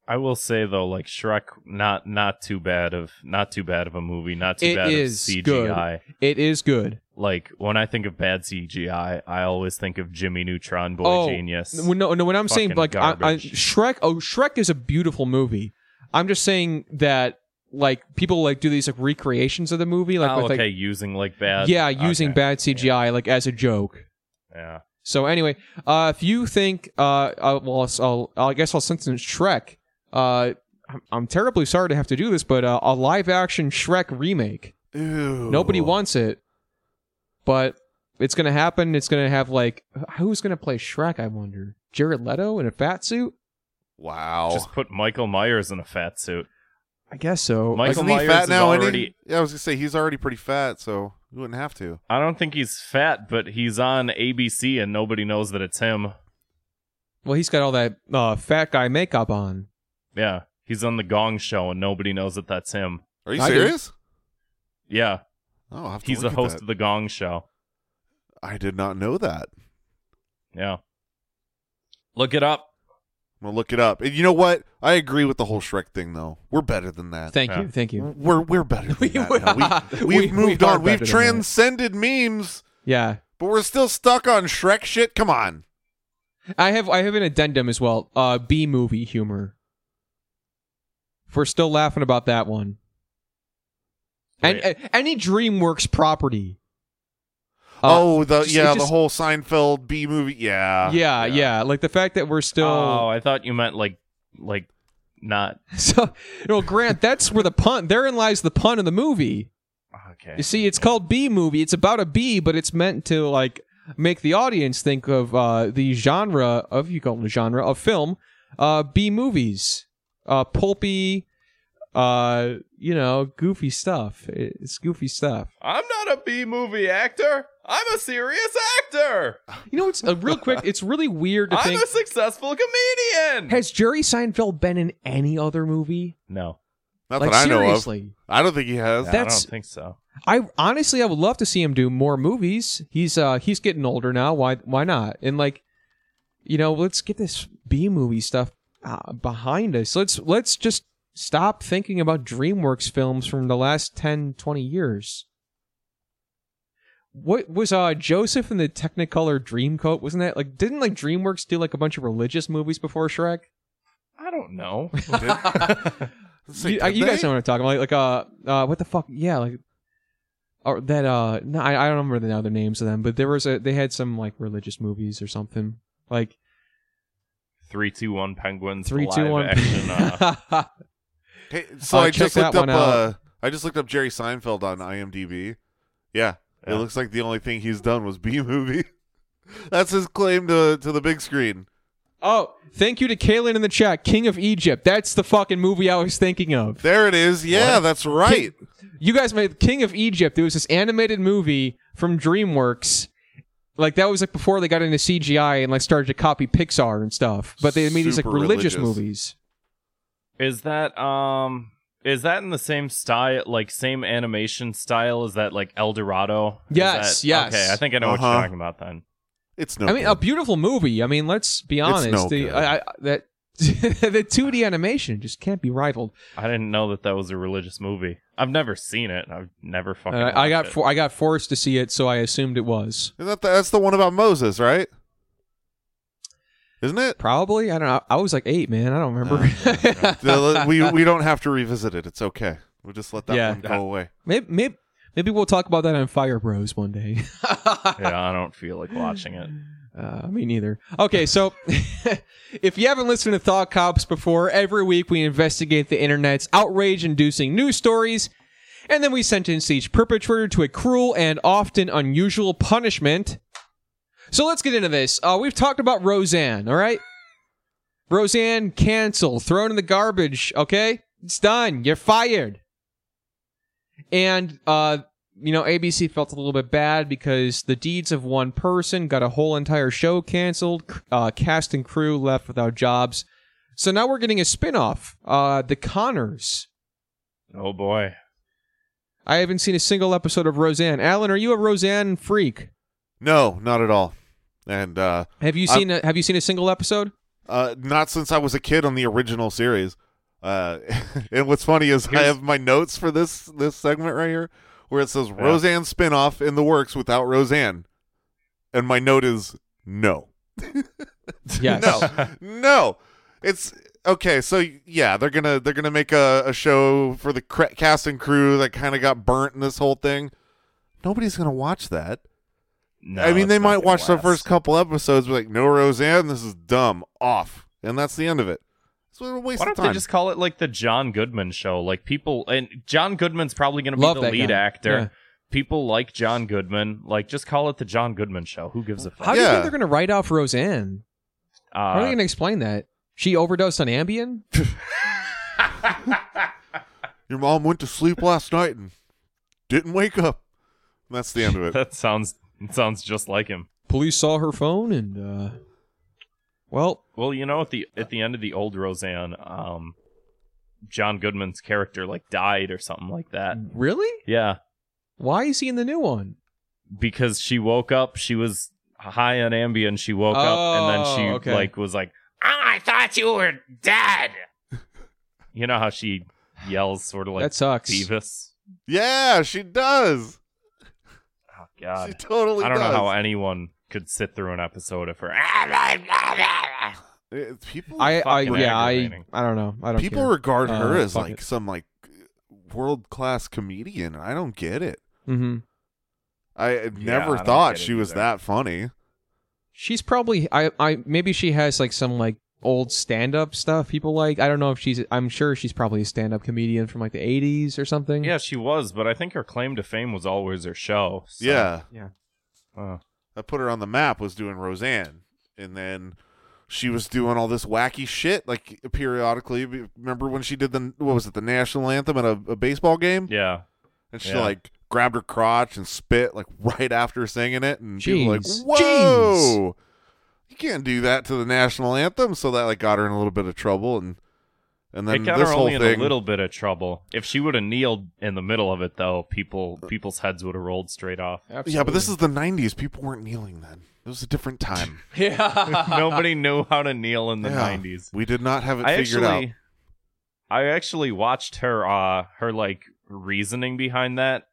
Speaker 7: I will say though, like Shrek, not not too bad of not too bad of a movie, not too
Speaker 6: It
Speaker 7: bad
Speaker 6: is
Speaker 7: of CGI.
Speaker 6: It is good.
Speaker 7: Like when I think of bad CGI, I always think of Jimmy Neutron, Boy Genius.
Speaker 6: n- No, no. Oh, When I'm saying
Speaker 7: Fucking
Speaker 6: like I, I,
Speaker 7: garbage.
Speaker 6: Shrek, oh Shrek is a beautiful movie. I'm just saying that like people like do these like recreations of the movie, like
Speaker 7: oh,
Speaker 6: with,
Speaker 7: okay,
Speaker 6: like
Speaker 7: using like bad.
Speaker 6: yeah, using
Speaker 7: okay,
Speaker 6: bad CGI like as a joke.
Speaker 7: Yeah.
Speaker 6: So anyway, uh, if you think, uh, uh well, I'll, I'll, I guess I'll sentence Shrek. Uh, I'm, I'm terribly sorry to have to do this, but uh, a live action Shrek remake.
Speaker 8: Ew.
Speaker 6: Nobody wants it, but it's gonna happen. It's gonna have like who's gonna play Shrek? I wonder. Jared Leto in a fat suit.
Speaker 8: Wow.
Speaker 7: Just put Michael Myers in a fat suit.
Speaker 6: I guess so.
Speaker 7: Mike-
Speaker 6: Like,
Speaker 8: Isn't
Speaker 7: Michael
Speaker 8: he
Speaker 7: Myers
Speaker 8: fat
Speaker 7: is
Speaker 8: now? isn't he?
Speaker 7: already-
Speaker 8: Yeah, I was gonna say he's already pretty fat, so you wouldn't have to.
Speaker 7: I don't think he's fat, but he's on ABC and nobody knows that it's him.
Speaker 6: well, he's got all that uh, fat guy makeup on.
Speaker 7: Yeah. He's on the Gong Show and nobody knows that that's him.
Speaker 8: Are you
Speaker 6: I do.
Speaker 8: serious?
Speaker 7: Yeah.
Speaker 8: Oh, I'll have to
Speaker 7: He's the
Speaker 8: look at
Speaker 7: host
Speaker 8: that.
Speaker 7: of the Gong Show.
Speaker 8: I did not know that.
Speaker 7: Yeah. Look it up.
Speaker 8: I'm gonna look it up. And you know what? I agree with the whole Shrek thing, though. We're better than that.
Speaker 6: Thank
Speaker 7: Yeah.
Speaker 6: you, thank you.
Speaker 8: we're we're better.
Speaker 6: <laughs>
Speaker 8: Than
Speaker 6: We-
Speaker 8: that now. We,
Speaker 6: <laughs> we-
Speaker 8: we've moved
Speaker 6: we are
Speaker 8: on. We've
Speaker 6: better than that.
Speaker 8: transcended memes,
Speaker 6: Yeah,
Speaker 8: but we're still stuck on Shrek shit. Come on.
Speaker 6: I have I have an addendum as well. Uh, B movie humor. If we're still laughing about that one. And,
Speaker 7: Wait.
Speaker 6: a- any DreamWorks property. Uh,
Speaker 8: oh, the
Speaker 6: just-
Speaker 8: yeah,
Speaker 6: it
Speaker 8: the
Speaker 6: just-
Speaker 8: whole Seinfeld B movie. Yeah.
Speaker 6: yeah, yeah, Like the fact that we're still
Speaker 7: Oh, I thought you meant like like not
Speaker 6: <laughs> So, no, Grant, that's where the pun. Therein lies the pun of the movie.
Speaker 7: okay.
Speaker 6: You see, it's called Bee Movie. It's about a bee, but it's meant to like make the audience think of uh, the genre of you call it a genre of film, uh, bee movies. uh, pulpy, uh, you know, goofy stuff. It- It's goofy stuff.
Speaker 7: I'm not a B movie actor. I'm a serious actor.
Speaker 6: You know, it's uh, real quick. It's
Speaker 8: <laughs>
Speaker 6: really weird to
Speaker 7: I'm
Speaker 6: think.
Speaker 7: a successful comedian.
Speaker 6: Has Jerry Seinfeld been in any other movie?
Speaker 7: No,
Speaker 8: Not
Speaker 6: like
Speaker 8: that I know of.
Speaker 6: seriously,
Speaker 8: I don't think he has.
Speaker 7: I
Speaker 6: That's-
Speaker 7: don't think so.
Speaker 6: I honestly I would love to see him do more movies. He's uh he's getting older now. Why why not? And like, you know, let's get this B movie stuff uh, behind us. Let's let's just stop thinking about DreamWorks films from the last 10, 20 years. What was uh Joseph and the Technicolor Dreamcoat? Wasn't that like didn't like DreamWorks do like a bunch of religious movies before Shrek?
Speaker 7: I
Speaker 6: <laughs>
Speaker 7: don't know.
Speaker 8: Let's see,
Speaker 6: you, I-
Speaker 8: did
Speaker 6: you guys
Speaker 8: they?
Speaker 6: know what I'm talking about. Like, uh, uh, what the fuck? Yeah, like, or that, uh, no, I, I don't remember the other names of them, but there was a, they had some, like, religious movies or something. Like,
Speaker 7: Three, two, one, penguins.
Speaker 6: three,
Speaker 7: live
Speaker 6: two, one. <laughs>
Speaker 7: Action, uh,
Speaker 8: Hey, so
Speaker 6: Uh,
Speaker 8: I
Speaker 6: check
Speaker 8: just
Speaker 6: that
Speaker 8: looked
Speaker 6: one
Speaker 8: up.
Speaker 6: out.
Speaker 8: Uh, I just looked up Jerry Seinfeld on IMDb. Yeah,
Speaker 7: Yeah.
Speaker 8: it looks like the only thing he's done was B movie. <laughs> That's his claim to to the big screen.
Speaker 6: oh, thank you to Kaylin in the chat. King of Egypt. That's the fucking movie I was thinking of.
Speaker 8: There it is. Yeah, that's right.
Speaker 6: You guys made King of Egypt. It was this animated movie from DreamWorks. Like that was like before they got into CGI and like started to copy Pixar and stuff. But they made these like
Speaker 8: Super
Speaker 6: religious,
Speaker 8: religious.
Speaker 6: movies.
Speaker 7: is that um? Is that in the same style, like same animation style as that, like El Dorado? Is
Speaker 6: Yes,
Speaker 7: that-
Speaker 6: yes.
Speaker 7: Okay, I think I know what
Speaker 8: Uh-huh.
Speaker 7: you're talking about then.
Speaker 8: It's no.
Speaker 6: I mean, a beautiful movie. I mean, let's be honest.
Speaker 8: no
Speaker 6: the
Speaker 8: good.
Speaker 6: I, I, that <laughs> the 2D animation just can't be rivaled.
Speaker 7: I didn't know that that was a religious movie. I've never seen it. I've never fucking.
Speaker 6: Uh, I
Speaker 7: watched
Speaker 6: got
Speaker 7: it.
Speaker 6: for, I got forced to see it, so I assumed it was
Speaker 8: Isn't that the, that's the one about Moses, right? Isn't
Speaker 6: <laughs>
Speaker 8: it?
Speaker 6: probably. I don't know. I was like eight, man. I don't remember. <laughs>
Speaker 8: The- we we don't have to revisit it. It's okay. We'll just let that
Speaker 6: Yeah.
Speaker 8: one go away.
Speaker 6: maybe, maybe maybe we'll talk about that on Fire Bros one day.
Speaker 7: yeah, I don't feel like watching it.
Speaker 6: Uh, me neither. Okay, so <laughs> if you haven't listened to Thought Cops before, every week we investigate the internet's outrage inducing news stories, and then we sentence each perpetrator to a cruel and often unusual punishment. So let's get into this. Uh, we've talked about Roseanne, all right? Roseanne canceled, thrown in the garbage, okay? It's done. You're fired. And uh, you know, ABC felt a little bit bad because the deeds of one person got a whole entire show canceled, cr- uh, cast and crew left without jobs. So now we're getting a spinoff, uh, The Connors.
Speaker 7: Oh boy.
Speaker 6: I haven't seen a single episode of Roseanne. Alan, are you a Roseanne freak?
Speaker 8: No, not at all. And uh,
Speaker 6: Have you
Speaker 8: I'm-
Speaker 6: seen a, Have you seen a single
Speaker 8: <laughs>
Speaker 6: episode?
Speaker 8: Uh, not since I was a kid on the original series. Uh, <laughs> and what's funny is I
Speaker 7: Here's-
Speaker 8: have my notes for this this segment right here, where it says Roseanne spinoff in the works without Roseanne, and my note is no,
Speaker 6: Yes.
Speaker 8: no, no. It's okay. So yeah, they're gonna they're gonna make a, a show for the cra- cast and crew that kind of got burnt in this whole thing. Nobody's gonna watch that.
Speaker 7: No,
Speaker 8: I mean, they
Speaker 7: it's not
Speaker 8: might
Speaker 7: gonna
Speaker 8: watch the
Speaker 7: last.
Speaker 8: first couple episodes, be like, "No, Roseanne, this is dumb, off," and that's the end of it. It's a waste
Speaker 7: Why
Speaker 8: of
Speaker 7: don't
Speaker 8: time.
Speaker 7: they just call it like the John Goodman show? Like people, and John Goodman's probably going to be
Speaker 6: Love
Speaker 7: the
Speaker 6: that
Speaker 7: lead
Speaker 6: guy.
Speaker 7: actor.
Speaker 6: Yeah.
Speaker 7: People like John Goodman. Like, just call it the John Goodman show. Who gives a fuck?
Speaker 6: How do you
Speaker 8: Yeah.
Speaker 6: think they're going to write off Roseanne? How are they
Speaker 7: Uh,
Speaker 6: going to explain that? She overdosed on Ambien.
Speaker 8: Your mom went to sleep last night and didn't wake up. And that's the end of
Speaker 7: <laughs>
Speaker 8: it.
Speaker 7: <laughs> that sounds it sounds just like him.
Speaker 6: Police saw her phone, and uh, well,
Speaker 7: Well, you know, at the at the end of the old Roseanne, um, John Goodman's character like died or something like
Speaker 8: Uh,
Speaker 7: that.
Speaker 6: Mm. really?
Speaker 7: Yeah,
Speaker 6: Why is he in the new one?
Speaker 7: because she woke up. She was high on Ambien. She woke up and then
Speaker 6: Oh,
Speaker 7: she
Speaker 6: okay.
Speaker 7: like was like, "Ah, "I thought you were
Speaker 8: <laughs>
Speaker 7: dead." you know how she yells, sort of like
Speaker 6: that sucks.
Speaker 7: Beavis.
Speaker 8: Yeah, she does.
Speaker 7: Oh
Speaker 8: She
Speaker 7: God,
Speaker 8: totally
Speaker 7: I don't
Speaker 8: does.
Speaker 7: know how anyone could sit through an episode of
Speaker 8: <laughs>
Speaker 7: her.
Speaker 8: It- Eh, people
Speaker 6: I, I
Speaker 7: Fucking
Speaker 6: yeah, I,
Speaker 7: aggravating.
Speaker 6: I don't know. I don't.
Speaker 8: people
Speaker 6: care.
Speaker 8: regard her
Speaker 6: Uh,
Speaker 8: as
Speaker 6: fuck
Speaker 8: like
Speaker 6: it.
Speaker 8: some like world-class comedian. I don't get it.
Speaker 6: Mhm.
Speaker 8: I had never
Speaker 7: I don't
Speaker 8: thought
Speaker 7: get it
Speaker 8: she was
Speaker 7: either.
Speaker 8: that funny.
Speaker 6: She's probably. I, I maybe she has like some like old stand-up stuff people like. I don't know if she's. I'm sure she's probably a stand-up comedian from like the '80s or something.
Speaker 7: Yeah, she was, but I think her claim to fame was always her show. so-
Speaker 8: yeah.
Speaker 6: yeah.
Speaker 7: Uh,
Speaker 8: I put her on the map was doing Roseanne, and then she was doing all this wacky shit like periodically. Remember when she did the what was it the national anthem at a, a baseball game?
Speaker 7: Yeah.
Speaker 8: and she
Speaker 7: yeah.
Speaker 8: like grabbed her crotch and spit like <laughs> right after singing it, and people were like,
Speaker 6: Jeez.
Speaker 8: "Whoa, you can't do that to the national anthem." So that like got her in a little bit of trouble, and and
Speaker 7: It
Speaker 8: then
Speaker 7: got
Speaker 8: this
Speaker 7: her
Speaker 8: whole
Speaker 7: only
Speaker 8: thing.
Speaker 7: in a little bit of trouble. If she would have kneeled in the middle of it, though, people people's heads would have rolled straight off.
Speaker 8: Yeah, but this is the '90s. People weren't kneeling then. It was a different time.
Speaker 6: yeah.
Speaker 7: Nobody knew how to kneel in the
Speaker 8: Yeah.
Speaker 7: '90s.
Speaker 8: We did not have it
Speaker 7: I
Speaker 8: figured
Speaker 7: actually,
Speaker 8: out.
Speaker 7: I actually watched her, uh, her like reasoning behind that,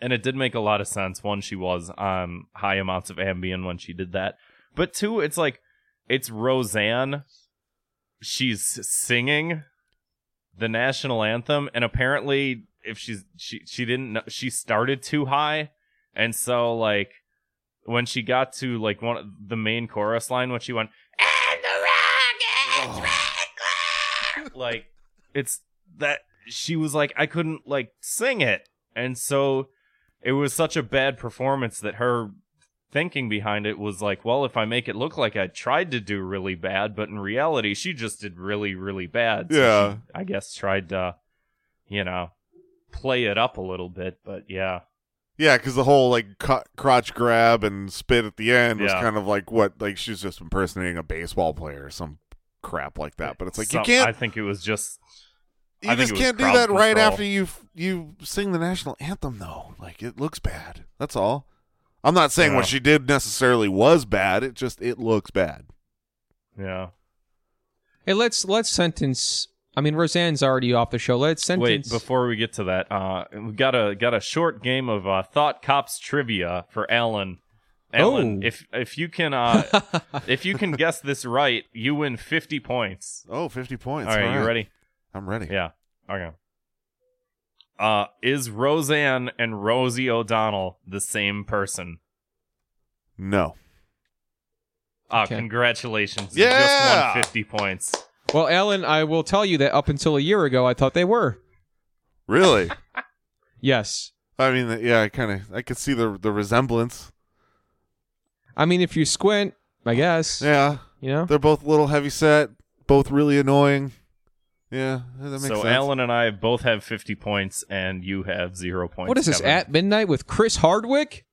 Speaker 7: and it did make a lot of sense. One, she was on high amounts of Ambien when she did that, but two, it's like it's Roseanne. She's singing the national anthem, and apparently, if she's she she didn't know, she started too high, and so like when she got to like one of the main chorus line when she went and the rockets like it's that she was like I couldn't like sing it and so it was such a bad performance that her thinking behind it was like well if I make it look like I tried to do really bad but in reality she just did really really bad so
Speaker 8: Yeah.
Speaker 7: she, I guess tried to you know play it up a little bit but yeah
Speaker 8: Yeah, because the whole like cro- crotch grab and spit at the end was
Speaker 7: Yeah.
Speaker 8: kind of like what like she's just impersonating a baseball player or some crap like that. But it's like
Speaker 7: Some-
Speaker 8: you can't
Speaker 7: I think it was just
Speaker 8: you
Speaker 7: I think
Speaker 8: just
Speaker 7: it was
Speaker 8: can't do
Speaker 7: crowd
Speaker 8: that right
Speaker 7: control.
Speaker 8: after you f- you sing the national anthem though like it looks bad that's all i'm not saying
Speaker 7: Yeah.
Speaker 8: what she did necessarily was bad it just it looks bad
Speaker 7: yeah.
Speaker 6: Hey, let's let's sentence. I mean, Roseanne's already off the show. Let's
Speaker 7: Wait,
Speaker 6: sentence.
Speaker 7: before we get to that, uh, we got a got a short game of uh, thought cops trivia for Alan. Alan,
Speaker 6: Oh.
Speaker 7: if if you can uh,
Speaker 6: <laughs>
Speaker 7: if you can guess this right, you win fifty points.
Speaker 8: oh 50 points
Speaker 7: All right, you ready?
Speaker 8: i'm ready
Speaker 7: Yeah. Okay. Uh, is Roseanne and Rosie O'Donnell the same person?
Speaker 8: no
Speaker 7: Uh,
Speaker 6: Okay.
Speaker 7: congratulations! You
Speaker 8: Yeah!
Speaker 7: just won fifty points.
Speaker 6: well, Alan, I will tell you that up until a year ago, I thought they were.
Speaker 8: really <laughs>
Speaker 6: Yes.
Speaker 8: i mean yeah i kind of i could see the the resemblance
Speaker 6: I mean, if you squint, I guess.
Speaker 8: yeah
Speaker 6: You know.
Speaker 8: they're both a little heavy set both really annoying yeah that makes
Speaker 7: so
Speaker 8: sense
Speaker 7: Alan and I both have 50 points, and you have zero points.
Speaker 6: What is this
Speaker 7: Kevin.
Speaker 6: at midnight with Chris
Speaker 7: <laughs>
Speaker 6: Hardwick?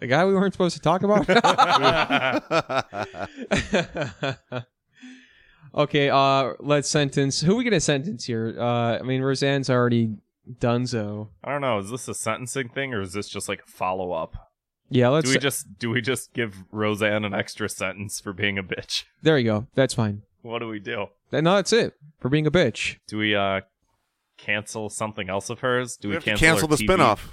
Speaker 6: the guy we weren't supposed to talk about. <laughs>
Speaker 7: <laughs>
Speaker 8: <laughs>
Speaker 6: okay, uh let's sentence. Who are we gonna sentence here? Uh I mean Roseanne's already done so.
Speaker 7: I don't know. Is this a sentencing thing, or is this just like a follow up?
Speaker 6: Yeah,
Speaker 7: Do
Speaker 6: let's
Speaker 7: we just do we just give Roseanne an extra sentence for being a bitch? <laughs>
Speaker 6: there you go. That's fine.
Speaker 7: What do we do?
Speaker 6: Th- No, that's it for being a bitch.
Speaker 7: Do we uh cancel something else of hers? Do
Speaker 8: we
Speaker 7: we,
Speaker 8: have to cancel
Speaker 7: cancel, her
Speaker 8: the
Speaker 7: TV?
Speaker 8: spinoff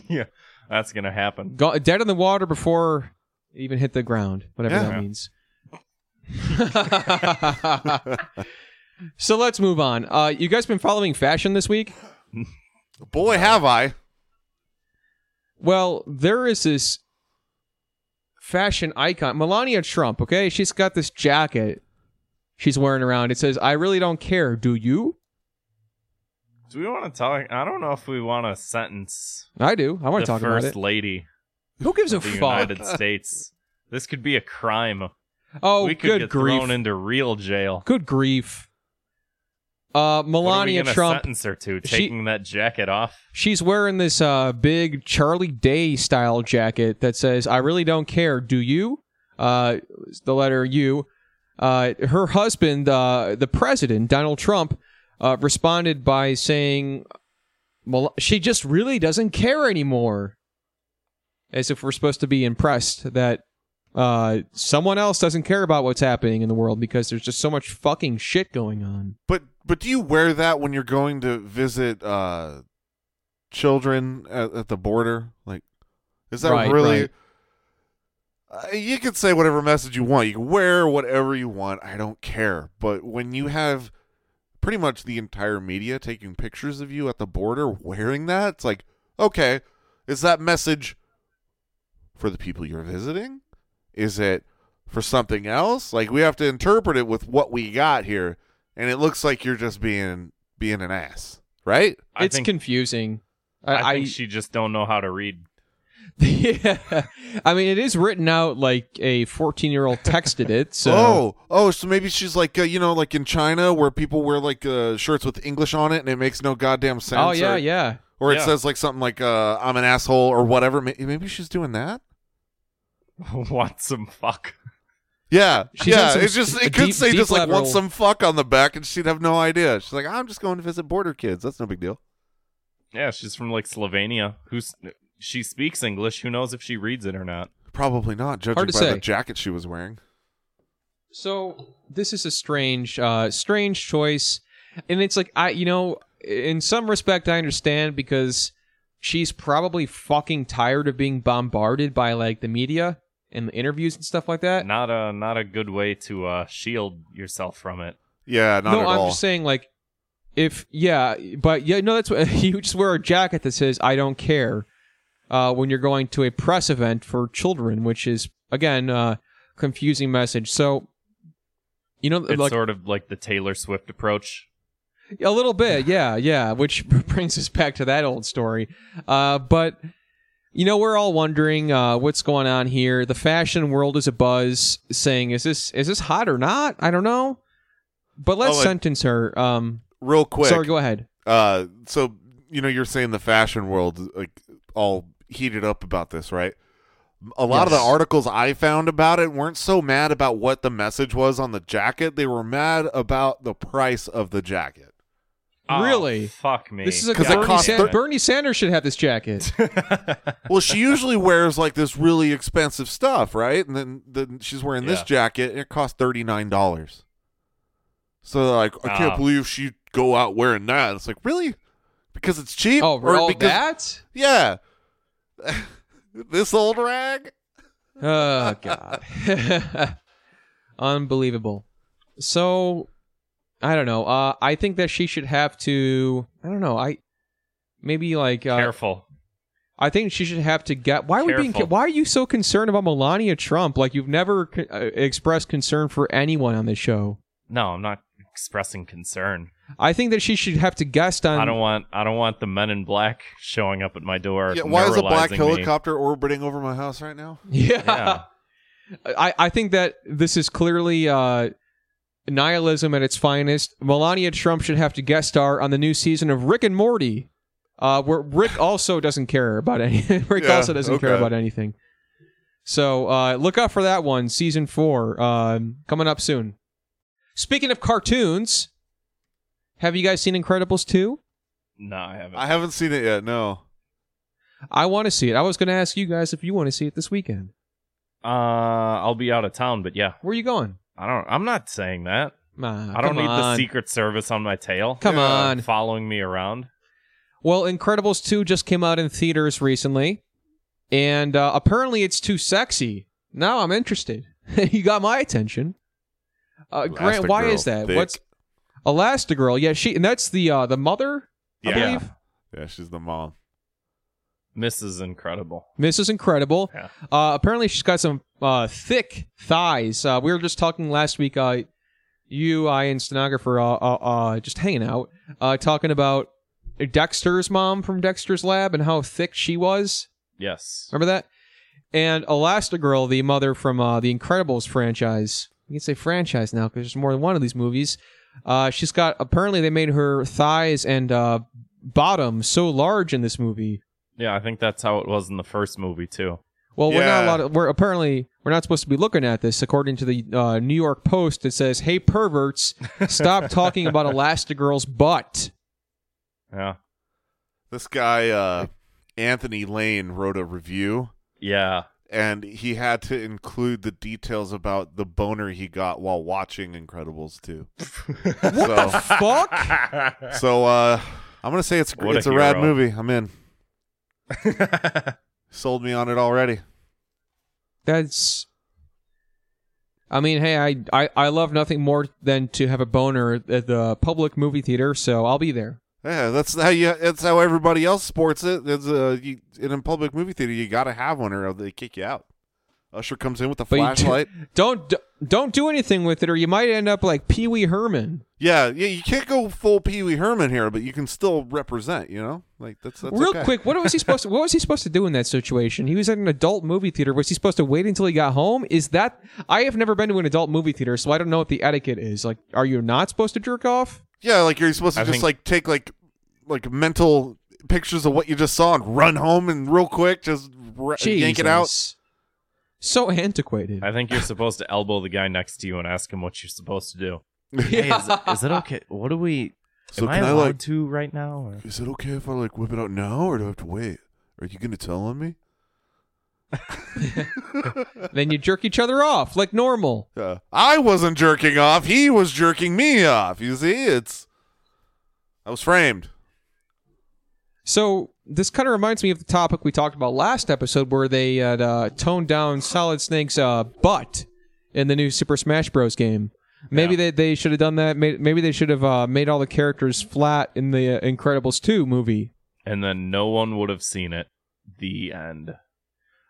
Speaker 7: <laughs> yeah, that's gonna happen.
Speaker 6: Go- dead in the water before it even hit the ground, whatever
Speaker 8: Yeah.
Speaker 6: that means. <laughs> so let's move on. Uh, you guys been following fashion this week?
Speaker 8: boy have i
Speaker 6: Well, there is this fashion icon, Melania Trump, okay? She's got this jacket she's wearing around. It says, I really don't care, do you?
Speaker 7: Do we want to talk? I don't know if we want to sentence
Speaker 6: I do. I want to
Speaker 7: the
Speaker 6: talk about
Speaker 7: first
Speaker 6: it.
Speaker 7: lady
Speaker 6: Who gives a
Speaker 7: of the
Speaker 6: fuck?
Speaker 7: United States. This could be a crime.
Speaker 6: Oh,
Speaker 7: we could
Speaker 6: good
Speaker 7: get
Speaker 6: grief.
Speaker 7: thrown into real jail.
Speaker 6: good grief. Uh, Melania
Speaker 7: what are we gonna
Speaker 6: Trump.
Speaker 7: sentence her to
Speaker 6: She-
Speaker 7: taking that jacket off.
Speaker 6: She's wearing this uh, big Charlie Day style jacket that says, I really don't care, do you? Uh, the letter U. Uh, her husband, uh, the president, Donald Trump, uh, responded by saying, well, she just really doesn't care anymore. As if we're supposed to be impressed that uh, someone else doesn't care about what's happening in the world because there's just so much fucking shit going on.
Speaker 8: But but do you wear that when you're going to visit uh, children at, at the border? Like, is that
Speaker 6: Right,
Speaker 8: really?
Speaker 6: right.
Speaker 8: Uh, you can say whatever message you want. You can wear whatever you want. I don't care. But when you have pretty much the entire media taking pictures of you at the border wearing that, it's like, okay, is that message for the people you're visiting? Is it for something else? Like we have to interpret it with what we got here, and it looks like you're just being being an ass, right?
Speaker 7: I
Speaker 6: it's
Speaker 7: think,
Speaker 6: confusing.
Speaker 7: I think she just don't know how to read.
Speaker 6: <laughs> yeah. I mean, it is written out like a 14 year old texted it.
Speaker 8: <laughs>
Speaker 6: So
Speaker 8: Oh, oh, so maybe she's like, uh, you know, like in China where people wear like uh, shirts with English on it and it makes no goddamn sense.
Speaker 6: Oh, yeah,
Speaker 8: or,
Speaker 6: yeah.
Speaker 8: Or it
Speaker 7: Yeah.
Speaker 8: says like something like, uh, I'm an asshole or whatever. May- Maybe she's doing that.
Speaker 7: <laughs> Want some fuck?
Speaker 8: Yeah,
Speaker 6: She's on
Speaker 8: yeah.
Speaker 6: some
Speaker 8: it's just
Speaker 6: s-
Speaker 8: it could
Speaker 6: deep-
Speaker 8: say
Speaker 6: deep
Speaker 8: just like
Speaker 6: level-
Speaker 8: want some fuck on the back, and she'd have no idea. She's like, I'm just going to visit border kids. That's no big deal.
Speaker 7: Yeah, she's from like Slovenia. Who's she speaks English? Who knows if she reads it or not?
Speaker 8: Probably not, judging
Speaker 6: Hard
Speaker 8: by
Speaker 6: to
Speaker 8: the
Speaker 6: say.
Speaker 8: jacket she was wearing.
Speaker 6: So this is a strange, uh, strange choice, and it's like I, you know, in some respect I understand because she's probably fucking tired of being bombarded by like the media and the interviews and stuff like that.
Speaker 7: Not a not a good way to uh, shield yourself from it.
Speaker 8: Yeah, not
Speaker 6: no,
Speaker 8: at
Speaker 6: I'm
Speaker 8: all.
Speaker 6: just saying like if yeah, but yeah, no, that's what <laughs> you just wear a jacket that says "I don't care" uh, when you're going to a press event for children, which is again uh, confusing message. So you know,
Speaker 7: It's
Speaker 6: like
Speaker 7: sort of like the Taylor Swift approach.
Speaker 6: A little bit, yeah, yeah. Which <laughs> brings us back to that old story. Uh, but you know, we're all wondering uh, what's going on here. The fashion world is a buzz, saying, "Is this is this hot or not?" I don't know. But let's
Speaker 8: Oh, I-
Speaker 6: sentence her. Um,
Speaker 8: Real quick,
Speaker 6: sorry, go ahead.
Speaker 8: uh, so you know, you're saying the fashion world is, like all heated up about this, right? A lot of the
Speaker 6: Yes.
Speaker 8: articles I found about it weren't so mad about what the message was on the jacket; they were mad about the price of the jacket.
Speaker 7: Oh,
Speaker 6: Really?
Speaker 7: Fuck me.
Speaker 6: This is a
Speaker 8: 'Cause it
Speaker 6: Bernie,
Speaker 8: costs
Speaker 6: Sa-
Speaker 8: thir-
Speaker 6: Bernie Sanders should have
Speaker 8: <laughs>
Speaker 6: this jacket.
Speaker 8: Well, she usually wears like this really expensive stuff, right? And then, then she's wearing this
Speaker 7: Yeah.
Speaker 8: jacket, and it costs thirty nine dollars. So they're like, I can't
Speaker 7: Ah.
Speaker 8: believe she would go out wearing that. It's like really because it's cheap,
Speaker 6: oh,
Speaker 8: Or
Speaker 6: all
Speaker 8: because-
Speaker 6: that?
Speaker 8: Yeah, <laughs> this old rag.
Speaker 6: Oh god. <laughs> Unbelievable. So I don't know. Uh I think that she should have to I don't know. I maybe like uh,
Speaker 7: Careful.
Speaker 6: I think she should have to get Why are we being
Speaker 7: Careful.
Speaker 6: why are you so concerned about Melania Trump? Like you've never co- uh, expressed concern for anyone on this show.
Speaker 7: No, I'm not expressing concern.
Speaker 6: I think that she should have to guest on
Speaker 7: I don't want I don't want the men in black showing up at my door.
Speaker 8: Yeah, why is a black
Speaker 7: neuralizing me.
Speaker 8: helicopter orbiting over my house right now?
Speaker 6: <laughs> Yeah.
Speaker 7: Yeah. <laughs>
Speaker 6: I, I think that this is clearly uh, nihilism at its finest. Melania Trump should have to guest star on the new season of Rick and Morty, uh, where Rick also doesn't care about any. <laughs> Rick
Speaker 8: Yeah,
Speaker 6: also doesn't care
Speaker 8: okay.
Speaker 6: about anything. So uh, look out for that one, season four, um, coming up soon. Speaking of cartoons, have you guys seen Incredibles two?
Speaker 7: No, I haven't.
Speaker 8: I haven't seen it yet. No.
Speaker 6: I want to see it. I was going to ask you guys if you want to see it this weekend.
Speaker 7: Uh, I'll be out of town, but yeah,
Speaker 6: Where are you going?
Speaker 7: I don't. I'm not saying that.
Speaker 6: Ah,
Speaker 7: I don't
Speaker 6: come
Speaker 7: need the
Speaker 6: on.
Speaker 7: Secret Service on my tail.
Speaker 6: Come
Speaker 7: uh,
Speaker 6: on.
Speaker 7: following me around.
Speaker 6: Well, Incredibles 2 just came out in theaters recently, and uh, apparently it's too sexy. Now I'm interested. <laughs> you got my attention. Uh, Grant, why is
Speaker 8: Elastigirl,
Speaker 6: that?
Speaker 8: thick.
Speaker 6: What's Elastigirl? Yeah, she and that's the uh, the mother, I
Speaker 8: Yeah.
Speaker 6: believe.
Speaker 8: Yeah, she's the mom.
Speaker 7: Mrs. Incredible.
Speaker 6: Mrs. Incredible.
Speaker 7: Yeah.
Speaker 6: Uh, apparently she's got some uh, thick thighs. Uh, we were just talking last week. Uh, you, I, and stenographer uh, uh, uh, just hanging out, uh, talking about Dexter's mom from Dexter's Lab and how thick she was.
Speaker 7: Yes.
Speaker 6: Remember that? And Elastigirl, the mother from uh, the Incredibles franchise. You can say franchise now because there's more than one of these movies. Uh, she's got apparently they made her thighs and uh, bottom so large in this movie.
Speaker 7: Yeah, I think that's how it was in the first movie too.
Speaker 6: Well, we're
Speaker 8: Yeah.
Speaker 6: not allowed. To, we're apparently we're not supposed to be looking at this. According to the uh, New York Post, it says, "Hey perverts, stop talking about Elastigirl's butt."
Speaker 7: Yeah.
Speaker 8: This guy, uh, Anthony Lane, wrote a review
Speaker 7: Yeah.
Speaker 6: <laughs>
Speaker 8: and he had to include the details about the boner he got while watching Incredibles 2. so,
Speaker 6: Fuck.
Speaker 8: so uh, I'm gonna say it's
Speaker 7: What a
Speaker 8: it's a, rad
Speaker 7: hero.
Speaker 8: movie. I'm in. Sold me on it already.
Speaker 6: That's. I mean, hey, I, I I love nothing more than to have a boner at the public movie theater, so I'll be there.
Speaker 8: Yeah, that's how you. That's how everybody else sports it. It's uh, you, in a public movie theater, you gotta have one or they kick you out. Usher comes in with a
Speaker 6: But you do-
Speaker 8: flashlight.
Speaker 6: <laughs> Don't d- Don't do anything with it, or you might end up like Pee Wee Herman.
Speaker 8: Yeah, yeah, you can't go full Pee Wee Herman here, but you can still represent. You know, like that's that's
Speaker 6: Real
Speaker 8: okay.
Speaker 6: quick,
Speaker 8: <laughs>
Speaker 6: what was he supposed to? What was he supposed to do in that situation? He was at an adult movie theater. Was he supposed to wait until he got home? Is that? I have never been to an adult movie theater, so I don't know what the etiquette is. Like, are you not supposed to jerk off?
Speaker 8: Yeah, like you're supposed to
Speaker 7: I
Speaker 8: just
Speaker 7: think-
Speaker 8: like take like like mental pictures of what you just saw and run home and real quick just re- yank it out.
Speaker 6: Jesus. So antiquated.
Speaker 7: I think you're supposed to elbow the guy next to you and ask him what you're supposed
Speaker 6: <laughs>
Speaker 7: to do. Hey, is, is it okay? What do we?
Speaker 8: So
Speaker 7: am I
Speaker 8: can I,
Speaker 7: allowed
Speaker 8: like-
Speaker 7: to right now? Or?
Speaker 8: Is it okay if I like whip it out now, or do I have to wait? Are you gonna tell on me?
Speaker 6: then you jerk each other off like normal.
Speaker 8: Uh, I wasn't jerking off. He was jerking me off. You see, it's I was framed.
Speaker 6: So this kind of reminds me of the topic we talked about last episode, where they had uh, toned down Solid Snake's uh, butt in the new Super Smash Bros. game. Maybe they, they should have done that. May- Maybe they should have uh, made all the characters flat in the uh, Incredibles 2 movie.
Speaker 7: And then no one would have seen it. The end.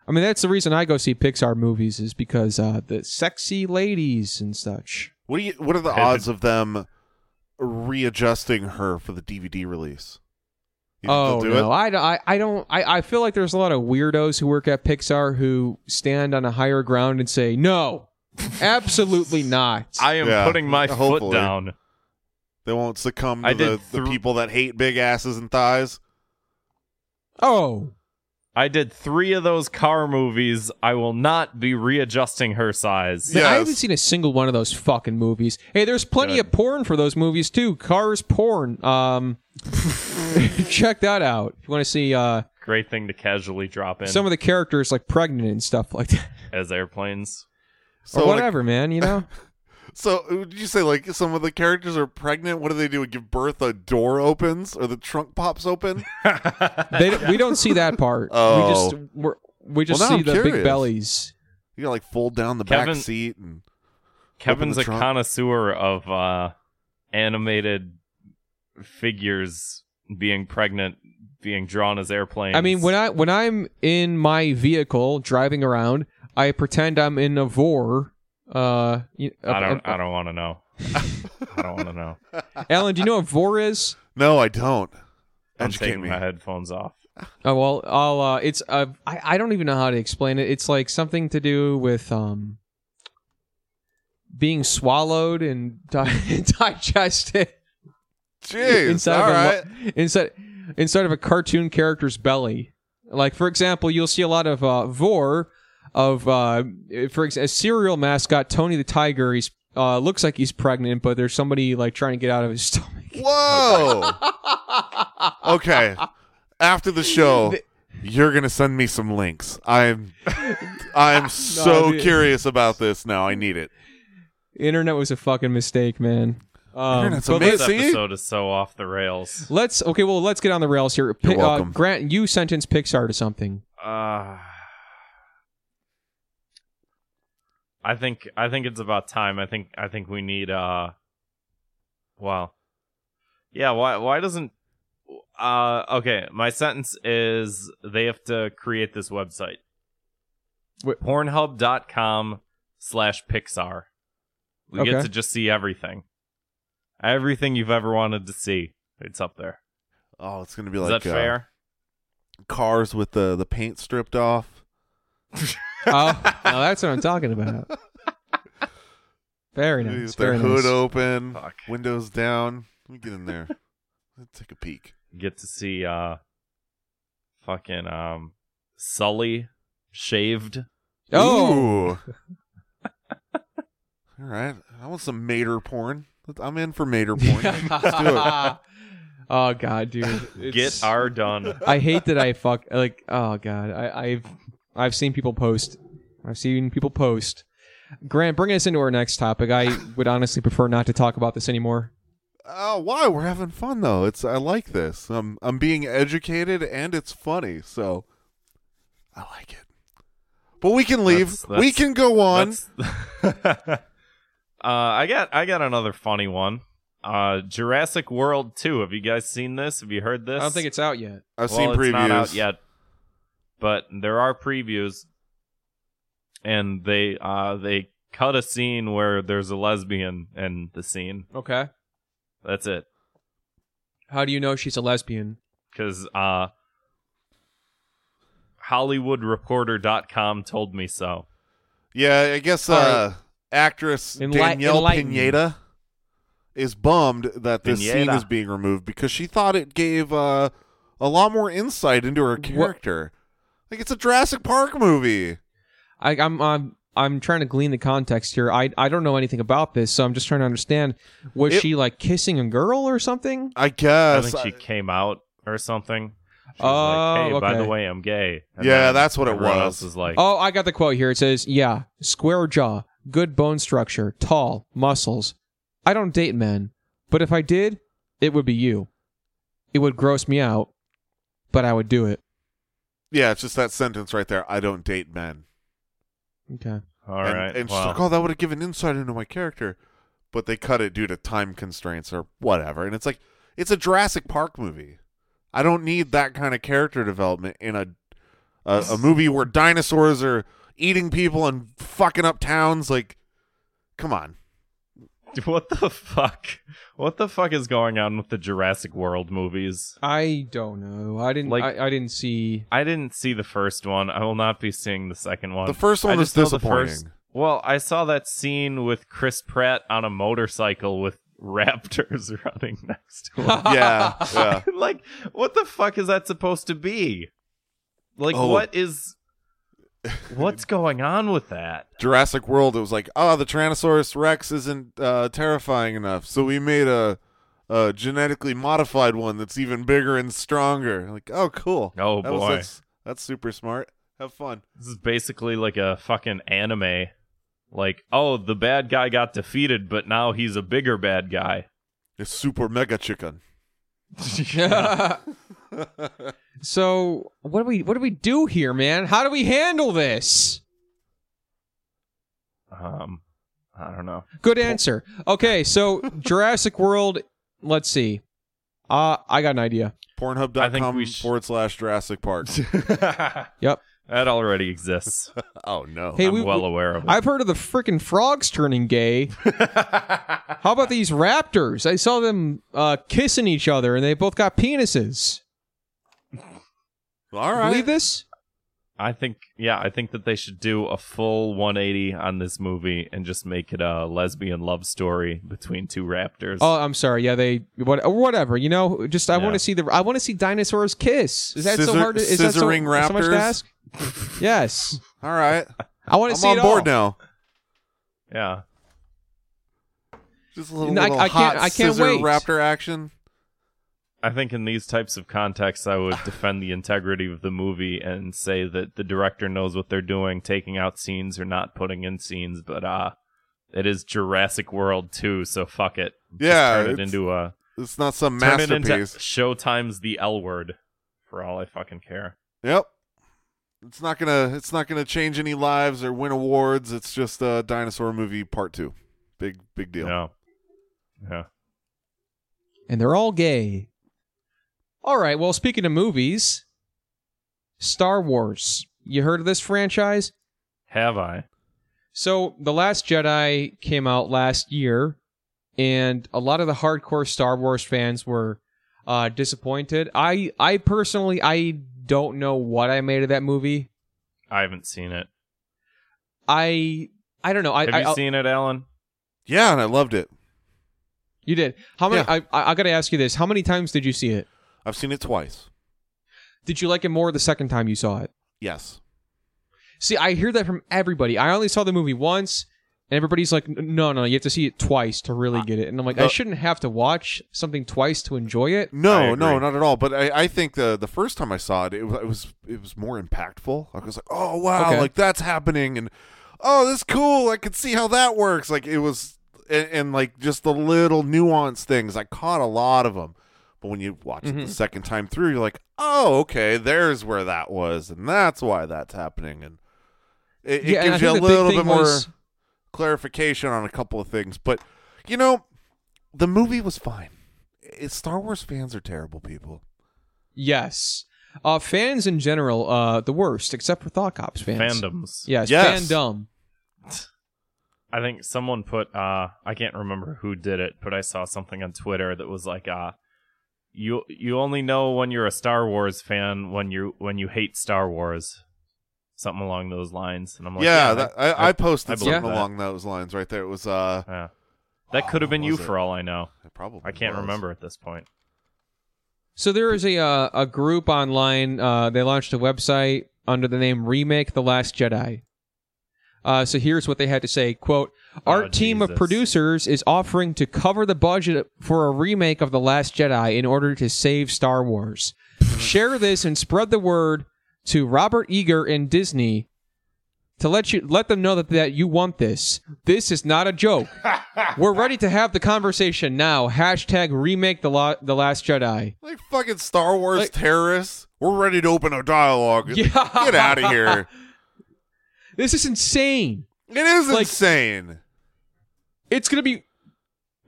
Speaker 6: I mean, that's the reason I go see Pixar movies is because uh, the sexy ladies and such.
Speaker 8: What do you? What are
Speaker 7: <laughs>
Speaker 8: the
Speaker 7: Hey,
Speaker 8: odds of them readjusting her for the DVD release? You think
Speaker 6: Oh
Speaker 8: they'll do
Speaker 6: no,
Speaker 8: it?
Speaker 6: I, I, I don't. I, I feel like there's a lot of weirdos who work at Pixar who stand on a higher ground and say no, absolutely not.
Speaker 7: I am
Speaker 8: Yeah,
Speaker 7: putting my
Speaker 8: hopefully.
Speaker 7: foot down.
Speaker 8: They won't succumb to
Speaker 7: I
Speaker 8: the,
Speaker 7: did
Speaker 8: the
Speaker 7: thr-
Speaker 8: people that hate big asses and thighs.
Speaker 6: oh,
Speaker 7: I did three of those car movies. I will not be readjusting her size.
Speaker 6: Man, I
Speaker 8: Yes.
Speaker 6: haven't seen a single one of those fucking movies. Hey, there's plenty of porn for those movies too. Cars porn. Um, <laughs> check that out if you want to see uh,
Speaker 7: Great thing to casually drop in
Speaker 6: some of the characters like pregnant and stuff like that <laughs>
Speaker 7: as airplanes.
Speaker 8: So
Speaker 6: or
Speaker 8: like-
Speaker 6: whatever, man. You
Speaker 8: <laughs>
Speaker 6: know,
Speaker 8: so uh, did you say like some of the characters are pregnant? What do they do? Give birth? A door opens or the trunk pops
Speaker 7: <laughs>
Speaker 8: open?
Speaker 6: they, we don't see that part.
Speaker 8: Oh.
Speaker 6: we just we're, we just
Speaker 8: now
Speaker 6: see
Speaker 8: I'm
Speaker 6: the big
Speaker 8: curious.
Speaker 6: bellies.
Speaker 8: You gotta like fold down the
Speaker 7: Kevin-
Speaker 8: back seat and
Speaker 7: Kevin's
Speaker 8: the
Speaker 7: a
Speaker 8: trunk.
Speaker 7: connoisseur of uh, animated figures being pregnant, being drawn as airplanes.
Speaker 6: I mean, when I when I'm in my vehicle driving around, I pretend I'm in a vor. Uh, you-
Speaker 7: I don't, I don't want to know. I don't want
Speaker 6: <laughs>
Speaker 7: to know.
Speaker 6: Alan, do you know what vor is?
Speaker 8: no, I don't.
Speaker 7: I'm
Speaker 8: Educate
Speaker 7: taking
Speaker 8: me.
Speaker 7: my headphones off.
Speaker 6: Oh well, I'll. Uh, it's. Uh, I. I don't even know how to explain it. It's like something to do with um. Being swallowed and <laughs> di- digested
Speaker 8: Jeez,
Speaker 6: inside
Speaker 8: all
Speaker 6: of
Speaker 8: right.
Speaker 6: a, lo- inside inside of a cartoon character's belly. Like for example, you'll see a lot of uh, vor of uh, for example, cereal mascot Tony the Tiger. He's uh, looks like he's pregnant, but there's somebody like trying to get out of his <laughs> stomach.
Speaker 8: Whoa. okay. After the
Speaker 6: <laughs>
Speaker 8: show, you're gonna send me some links. I'm,
Speaker 6: <laughs>
Speaker 8: I'm so
Speaker 6: dude.
Speaker 8: curious about this now. I need it.
Speaker 6: Internet was a fucking mistake, man. Um,
Speaker 8: Internet's
Speaker 6: but
Speaker 8: amazing.
Speaker 7: This
Speaker 8: See?
Speaker 7: episode is so off the rails.
Speaker 6: Let's okay. Well, let's get on the rails here. Pi-
Speaker 8: You're welcome.
Speaker 6: Uh, Grant, you sentenced Pixar to something.
Speaker 7: Uh, I think I think it's about time. I think I think we need uh well. Yeah, why why doesn't uh okay, my sentence is they have to create this website.
Speaker 6: Wait.
Speaker 7: Pornhub.com slash Pixar. We
Speaker 6: Okay.
Speaker 7: get to just see everything. Everything you've ever wanted to see. It's up there.
Speaker 8: Oh, it's gonna be
Speaker 7: Is
Speaker 8: like
Speaker 7: that
Speaker 8: uh,
Speaker 7: fair?
Speaker 8: cars with the the paint stripped off.
Speaker 6: Oh,
Speaker 8: <laughs>
Speaker 6: now that's what I'm talking about. Very
Speaker 8: With
Speaker 6: nice.
Speaker 8: their
Speaker 6: Very
Speaker 8: hood
Speaker 6: nice.
Speaker 8: open,
Speaker 7: Fuck.
Speaker 8: windows down. Let me get in
Speaker 6: <laughs>
Speaker 8: there. Let's take a peek.
Speaker 7: get to see uh fucking um Sully shaved.
Speaker 6: <laughs> Oh,
Speaker 8: Ooh. <laughs> All right. I want some mater porn. Let- I'm in for mater
Speaker 6: <laughs>
Speaker 8: porn. Let's do it.
Speaker 6: oh god, dude. It's-
Speaker 7: Get
Speaker 6: <laughs>
Speaker 7: our done.
Speaker 6: I hate that I fuck. Like, oh god, I, I've I've seen people post. I've seen people post. Grant, bring us into our next topic. I would honestly prefer not to talk about this anymore.
Speaker 8: Oh, why? We're having fun though. It's I like this. I'm I'm being educated and it's funny, so I like it. But we can leave.
Speaker 7: That's- that's-
Speaker 8: we can go on.
Speaker 7: That's- uh, <laughs> I got I got another funny one. Uh, Jurassic World 2. Have you guys seen this? Have you heard this?
Speaker 6: I don't think it's out yet.
Speaker 8: I've
Speaker 7: Well,
Speaker 8: seen previews.
Speaker 7: It's not out yet, but there are previews, and they uh they cut a scene where there's a lesbian in the scene.
Speaker 6: Okay.
Speaker 7: That's it.
Speaker 6: How do you know she's a lesbian?
Speaker 7: Because uh, HollywoodReporter.com told me so.
Speaker 8: Yeah, I guess
Speaker 6: All
Speaker 8: uh, actress
Speaker 6: Enli-
Speaker 8: Danielle
Speaker 6: enlighten me.
Speaker 8: Pineda is bummed that this scene
Speaker 7: Pineda.
Speaker 8: is being removed because she thought it gave uh, a lot more insight into her character. Like it's a Jurassic Park movie.
Speaker 6: I, I'm I'm I'm trying to glean the context here. I I don't know anything about this, so I'm just trying to understand. Was
Speaker 8: It-
Speaker 6: she like kissing a girl or something?
Speaker 8: I
Speaker 7: I
Speaker 8: guess.
Speaker 7: think she came out or something. She
Speaker 6: Oh,
Speaker 7: was like, hey, by
Speaker 6: okay.
Speaker 7: the way, I'm gay.
Speaker 8: Yeah,
Speaker 7: then
Speaker 8: that's what it
Speaker 7: everyone
Speaker 8: was.
Speaker 7: Else is like,
Speaker 6: Oh, I got the quote here. It says, "Yeah, square jaw, good bone structure, tall, muscles. I don't date men, but if I did, it would be you. It would gross me out, but I would do it."
Speaker 8: yeah, it's just that sentence right there. I don't date men.
Speaker 6: Okay.
Speaker 7: all
Speaker 8: and,
Speaker 7: right.
Speaker 8: And she's
Speaker 7: well,
Speaker 8: like, oh, that would have given insight into my character, but they cut it due to time constraints or whatever. And it's like, it's a Jurassic Park movie. I don't need that kind of character development in a a, a movie where dinosaurs are eating people and fucking up towns. Like, come on.
Speaker 7: <laughs> what the fuck? What the fuck is going on with the Jurassic World movies?
Speaker 6: I don't know. I didn't.
Speaker 7: Like-
Speaker 6: I, I didn't see. <laughs>
Speaker 7: I didn't see the first one. I will not be seeing the second one.
Speaker 8: The first one
Speaker 7: I
Speaker 8: was
Speaker 7: just know the
Speaker 8: disappointing.
Speaker 7: first- well, I saw that scene with Chris Pratt on a motorcycle with <laughs> raptors <laughs> running next to him.
Speaker 8: yeah, yeah.
Speaker 7: <laughs> like, what the fuck is that supposed to be? Like,
Speaker 8: Oh.
Speaker 6: <laughs>
Speaker 7: what is. What's going on with that?
Speaker 8: Jurassic World, it was like, oh, the Tyrannosaurus Rex isn't uh, terrifying enough, so we made a, a genetically modified one that's even bigger and stronger. Like, oh, cool.
Speaker 7: Oh,
Speaker 8: That was-
Speaker 7: boy.
Speaker 8: that's, that's super smart. Have fun.
Speaker 7: This is basically like a fucking anime. Like, oh, the bad guy got defeated, but now he's a bigger bad guy.
Speaker 8: It's super mega chicken.
Speaker 6: so what do we what do we do here, man? How do we handle this?
Speaker 7: Um, I
Speaker 6: <laughs>
Speaker 7: don't know.
Speaker 6: Good answer. Okay, so Jurassic World. Let's see. Uh, I got an idea.
Speaker 7: I think
Speaker 8: Pornhub.com
Speaker 7: we sh-
Speaker 8: forward slash Jurassic Park.
Speaker 6: Yep.
Speaker 7: That already exists.
Speaker 8: oh, no.
Speaker 6: <laughs> Hey,
Speaker 7: I'm
Speaker 6: we,
Speaker 7: well aware of it.
Speaker 6: I've heard of the freaking frogs turning gay. How about these raptors? I saw them uh, kissing each other, and they both got penises.
Speaker 8: All
Speaker 6: Believe
Speaker 8: right.
Speaker 6: this?
Speaker 7: <laughs> I think, yeah, I think that they should do a full 180 on this movie and just make it a lesbian love story between two raptors.
Speaker 6: Oh, I'm sorry. Yeah, they what or whatever. You know, just I
Speaker 7: Yeah.
Speaker 6: want to see the I want to see dinosaurs kiss. Is that so
Speaker 8: Scissor-
Speaker 6: hard? To, is that so,
Speaker 8: scissoring
Speaker 6: so much to
Speaker 8: raptors?
Speaker 6: ask? yes,
Speaker 8: All right.
Speaker 6: I want to
Speaker 8: I'm
Speaker 6: see
Speaker 8: on
Speaker 6: it
Speaker 8: board
Speaker 6: all.
Speaker 8: now.
Speaker 7: Yeah.
Speaker 8: Just a little,
Speaker 6: No, I-
Speaker 8: little
Speaker 6: I
Speaker 8: hot
Speaker 6: can't- I can't
Speaker 8: scissor
Speaker 6: wait.
Speaker 8: raptor action.
Speaker 7: I think in these types of contexts, I would defend the integrity of the movie and say that the director knows what they're doing, taking out scenes or not putting in scenes. But uh, it is Jurassic World 2, so fuck it.
Speaker 8: Yeah.
Speaker 7: turn it
Speaker 8: it's,
Speaker 7: into a
Speaker 8: it's not some
Speaker 7: turn it into
Speaker 8: masterpiece.
Speaker 7: Showtime's the L word, for all I fucking care.
Speaker 8: Yep. It's not gonna it's not gonna change any lives or win awards. It's just a dinosaur movie part two. Big big deal.
Speaker 7: No. Yeah.
Speaker 6: And they're all gay. All right. Well, speaking of movies, Star Wars. You heard of this franchise?
Speaker 7: Have I?
Speaker 6: So, The Last Jedi came out last year, and a lot of the hardcore Star Wars fans were uh, disappointed. I, I personally, I don't know what I made of that movie.
Speaker 7: I haven't seen it.
Speaker 6: I, I don't know. I,
Speaker 7: Have
Speaker 6: I,
Speaker 7: you
Speaker 6: I'll-
Speaker 7: seen it, Alan?
Speaker 8: Yeah, and I loved it.
Speaker 6: you did. How many?
Speaker 8: Yeah.
Speaker 6: I, I, I got to ask you this: How many times did you see it?
Speaker 8: I've seen it twice.
Speaker 6: Did you like it more the second time you saw it?
Speaker 8: Yes.
Speaker 6: See, I hear that from everybody. I only saw the movie once, and everybody's like, "No, no, you have to see it twice to really get it." And I'm like, I
Speaker 8: Uh,
Speaker 6: shouldn't have to watch something twice to enjoy it.
Speaker 7: I
Speaker 8: No,
Speaker 7: agree.
Speaker 8: no, not at all. But I, I think the the first time I saw it, it was it was, it was more impactful. I was like, oh wow,
Speaker 6: Okay.
Speaker 8: like that's happening, and oh this is cool. I could see how that works. Like it was, and, and like just the little nuance things. I caught a lot of them. But when you watch
Speaker 6: Mm-hmm.
Speaker 8: it the second time through, you're like, oh okay, there's where that was, and that's why that's happening, and it, it
Speaker 6: Yeah, and I
Speaker 8: gives you a
Speaker 6: think the big
Speaker 8: little
Speaker 6: thing
Speaker 8: bit more
Speaker 6: was-
Speaker 8: clarification on a couple of things. But you know, the movie was fine. It, Star Wars fans are terrible people.
Speaker 6: Yes. Uh, fans in general, uh, the worst, except for Thought Cops fans.
Speaker 7: Fandoms.
Speaker 6: Yes,
Speaker 8: Yes.
Speaker 6: fandom.
Speaker 7: I think someone put uh I can't remember who did it, but I saw something on Twitter that was like uh you you only know when you're a Star Wars fan when you when you hate Star Wars. Something along those lines. And I'm like,
Speaker 8: yeah,
Speaker 7: yeah,
Speaker 8: that, I, I, posted
Speaker 7: I believe
Speaker 8: something
Speaker 7: that.
Speaker 8: along those lines right there. It was uh,
Speaker 7: yeah. That could have been
Speaker 8: What
Speaker 7: you
Speaker 8: was it?
Speaker 7: for all I know.
Speaker 8: it probably.
Speaker 7: I can't
Speaker 8: was.
Speaker 7: remember at this point.
Speaker 6: So there is a uh, a group online. Uh, they launched a website under the name Remake the Last Jedi. Uh, so here's what they had to say: "Quote: Our
Speaker 7: Oh,
Speaker 6: team of
Speaker 7: Jesus.
Speaker 6: producers is offering to cover the budget for a remake of the Last Jedi in order to save Star Wars.
Speaker 7: <laughs>
Speaker 6: Share this and spread the word to Robert Eager and Disney." To let you let them know that, that you want this. This is not a
Speaker 7: <laughs>
Speaker 6: joke. We're ready to have the conversation now. Hashtag remake the La- the Last Jedi.
Speaker 8: Like fucking Star Wars
Speaker 6: Like-
Speaker 8: terrorists. We're ready to open a
Speaker 7: <laughs>
Speaker 8: dialogue.
Speaker 6: Yeah.
Speaker 8: Get out of here.
Speaker 6: This is insane.
Speaker 8: It is
Speaker 6: Like-
Speaker 8: insane.
Speaker 6: It's gonna be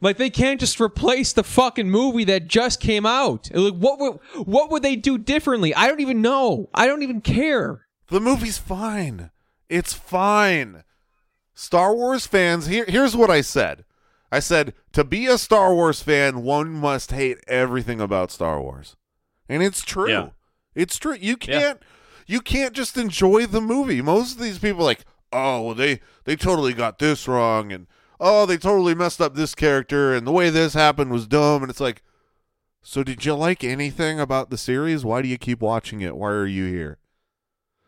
Speaker 6: like they can't just replace the fucking movie that just came out. Like what would what would they do differently? I don't even know. I don't even care.
Speaker 8: The movie's fine. It's fine. Star Wars fans, here, here's what I said. I said, to be a Star Wars fan, one must hate everything about Star Wars. And it's true.
Speaker 7: Yeah.
Speaker 8: It's true. You can't you can't just enjoy the movie. Most of these people are like, oh well they they totally got this wrong and oh they totally messed up this character and the way this happened was dumb and it's like so did you like anything about the series? Why do you keep watching it? Why are you here?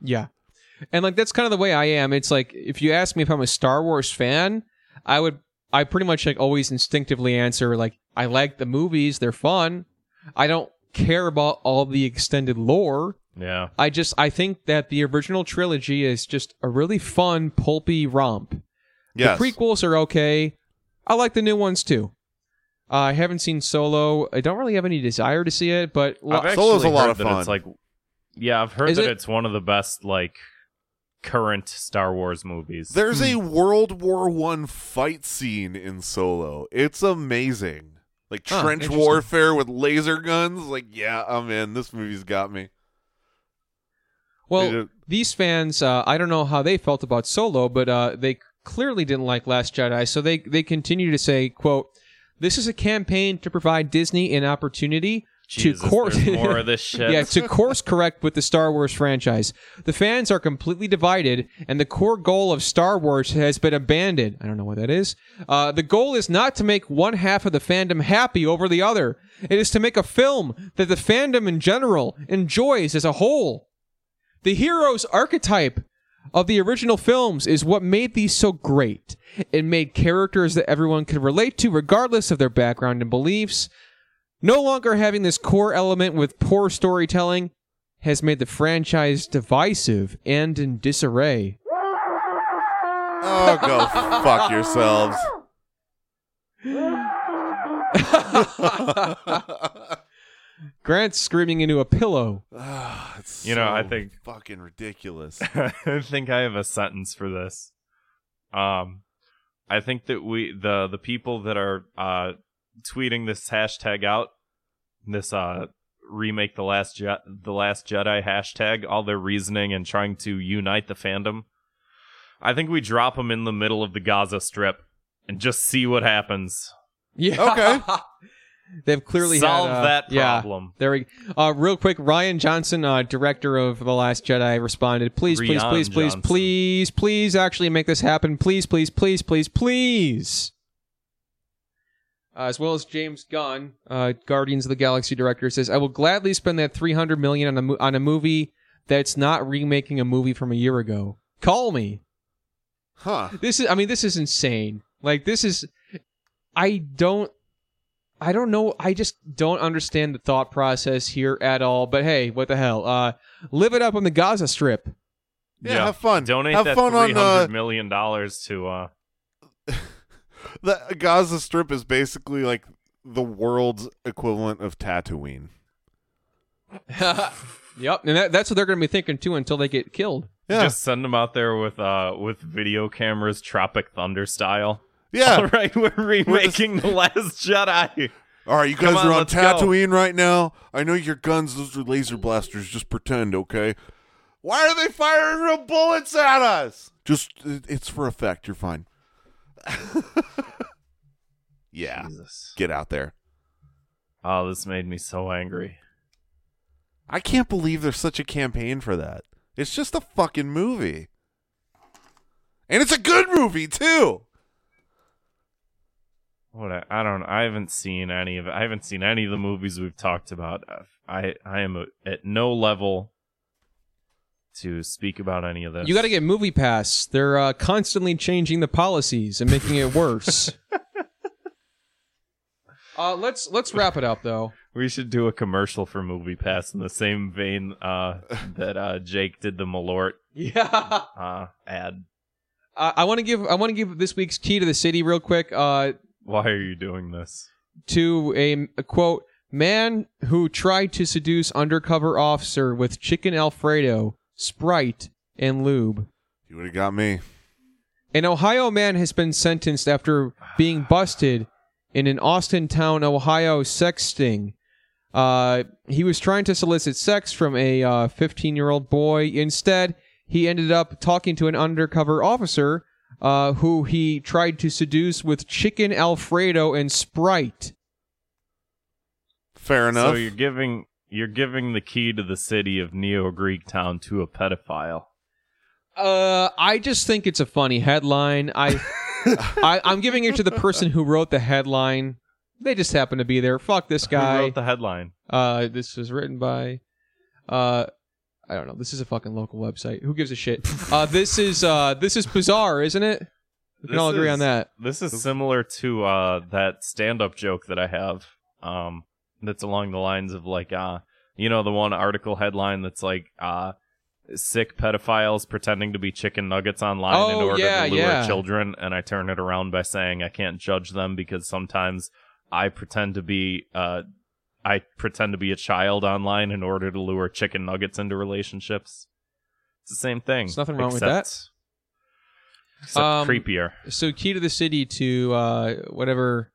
Speaker 6: Yeah. And like that's kind of the way I am. It's like if you ask me if I'm a Star Wars fan, I would I pretty much like always instinctively answer like I like the movies, they're fun. I don't care about all the extended lore.
Speaker 7: Yeah.
Speaker 6: I just I think that the original trilogy is just a really fun pulpy romp.
Speaker 8: Yes.
Speaker 6: The prequels are okay. I like the new ones too. Uh, I haven't seen Solo. I don't really have any desire to see it, but lo-
Speaker 7: I've actually
Speaker 8: Solo's a lot
Speaker 7: heard
Speaker 8: of
Speaker 7: that
Speaker 8: fun.
Speaker 7: It's like, yeah, I've heard
Speaker 6: Is
Speaker 7: that
Speaker 6: it?
Speaker 7: it's one of the best like current Star Wars movies.
Speaker 8: There's a
Speaker 7: Hmm.
Speaker 8: World War One fight scene in Solo. It's amazing. Like
Speaker 6: Huh,
Speaker 8: trench
Speaker 6: interesting.
Speaker 8: warfare with laser guns. Like, yeah, I'm in. This movie's got me. They
Speaker 6: well,
Speaker 8: did-
Speaker 6: these fans, uh, I don't know how they felt about Solo, but uh, they clearly didn't like Last Jedi, so they they continue to say, "quote This is a campaign to provide Disney an opportunity
Speaker 7: Jesus,
Speaker 6: to court
Speaker 7: there's
Speaker 6: <laughs>
Speaker 7: more of this shit.
Speaker 6: Yeah, to course correct with the Star Wars franchise. The fans are completely divided, and the core goal of Star Wars has been abandoned. I don't know what that is. Uh, the goal is not to make one half of the fandom happy over the other, it is to make a film that the fandom in general enjoys as a whole. The hero's archetype of the original films is what made these so great. It made characters that everyone could relate to, regardless of their background and beliefs. No longer having this core element with poor storytelling has made the franchise divisive and in disarray.
Speaker 8: Oh,
Speaker 7: <laughs>
Speaker 8: go fuck yourselves. <sighs>
Speaker 6: Grant's screaming into a pillow.
Speaker 8: Ah, it's
Speaker 7: You know, I
Speaker 8: so
Speaker 7: think-
Speaker 8: fucking ridiculous.
Speaker 7: I think I have a sentence for this. Um, I think that we the the people that are uh tweeting this hashtag out, this uh remake the last Je- the last Jedi hashtag, all their reasoning and trying to unite the fandom. I think we drop them in the middle of the Gaza Strip and just see what happens.
Speaker 6: Yeah. Okay. <laughs> They've clearly
Speaker 7: solve
Speaker 6: had, uh,
Speaker 7: that
Speaker 6: yeah.
Speaker 7: problem.
Speaker 6: There we uh, real quick. Ryan Johnson, uh, director of The Last Jedi, responded. Please, please,
Speaker 7: Rian
Speaker 6: please, please,
Speaker 7: Johnson.
Speaker 6: please, please, actually make this happen. Please, please, please, please, please. Uh, as well as James Gunn, uh, Guardians of the Galaxy director, says, "I will gladly spend that three hundred million on a mo- on a movie that's not remaking a movie from a year ago. Call me."
Speaker 8: Huh.
Speaker 6: this is i mean this is insane like this is i don't i don't know i just don't understand the thought process here at all but hey what the hell uh live it up on the gaza strip <laughs>
Speaker 8: Yeah, have fun.
Speaker 7: Donate
Speaker 8: have
Speaker 7: that
Speaker 8: fun on uh,
Speaker 7: $300 million dollars to uh
Speaker 8: the Gaza Strip is basically like the world's equivalent of Tatooine.
Speaker 6: yep and that, that's what they're gonna be thinking too until they get killed
Speaker 8: Yeah.
Speaker 7: Just send them out there with uh with video cameras, Tropic Thunder style. <laughs> All
Speaker 8: yeah.
Speaker 7: right, we're remaking the Last Jedi.
Speaker 8: All right, you
Speaker 7: Come
Speaker 8: guys
Speaker 7: on,
Speaker 8: are on
Speaker 7: let's go.
Speaker 8: Tatooine right now. I know your guns; those are laser blasters. Just pretend, okay? Why are they firing real bullets at us? Just it- it's for effect. You're fine. <laughs> Yeah.
Speaker 7: Jesus.
Speaker 8: Get out there.
Speaker 7: Oh, this made me so angry.
Speaker 8: I can't believe there's such a campaign for that. It's just a fucking movie. And it's a good movie too.
Speaker 7: What I, I don't I haven't seen any of it. I haven't seen any of the movies we've talked about. I I am at no level to speak about any of this.
Speaker 6: You got to get Movie Pass. They're uh, constantly changing the policies and making it worse. uh, let's let's wrap it up though.
Speaker 7: We should do a commercial for Movie Pass in the same vein uh, that uh, Jake did the Malort
Speaker 6: Yeah.
Speaker 7: uh, ad.
Speaker 6: I, I want to give I want to give this week's key to the city real quick uh,
Speaker 7: Why are you doing this?
Speaker 6: to a, a quote: "Man who tried to seduce undercover officer with chicken Alfredo, Sprite, and lube."
Speaker 8: You would have got me.
Speaker 6: An Ohio man has been sentenced after being busted in an Austin town, Ohio sex sting. Uh, he was trying to solicit sex from a 15 year old boy. Instead, he ended up talking to an undercover officer uh, who he tried to seduce with chicken Alfredo and Sprite.
Speaker 8: Fair enough.
Speaker 7: So you're giving you're giving the key to the city of Neo Greek Town to a pedophile.
Speaker 6: Uh, I just think it's a funny headline.
Speaker 7: <laughs>
Speaker 6: I, I I'm giving it to the person who wrote the headline. They just happen to be there. Fuck this guy.
Speaker 7: Who wrote the headline?
Speaker 6: Uh, this was written by, uh, I don't know. This is a fucking local website. Who gives a shit? Uh, this is uh, this is bizarre, isn't it? We can
Speaker 7: This
Speaker 6: all agree
Speaker 7: is-
Speaker 6: on that.
Speaker 7: This is similar to uh, that stand-up joke that I have. Um, that's along the lines of like, uh, you know, the one article headline that's like, uh, sick pedophiles pretending to be chicken nuggets online in
Speaker 6: Oh,
Speaker 7: order
Speaker 6: yeah,
Speaker 7: to lure
Speaker 6: yeah.
Speaker 7: children, and I turn it around by saying I can't judge them because sometimes I pretend to be, uh, I pretend to be a child online in order to lure chicken nuggets into relationships. It's the same thing.
Speaker 6: There's nothing wrong with that.
Speaker 7: except- Except
Speaker 6: Um,
Speaker 7: creepier.
Speaker 6: So key to the city to uh, whatever.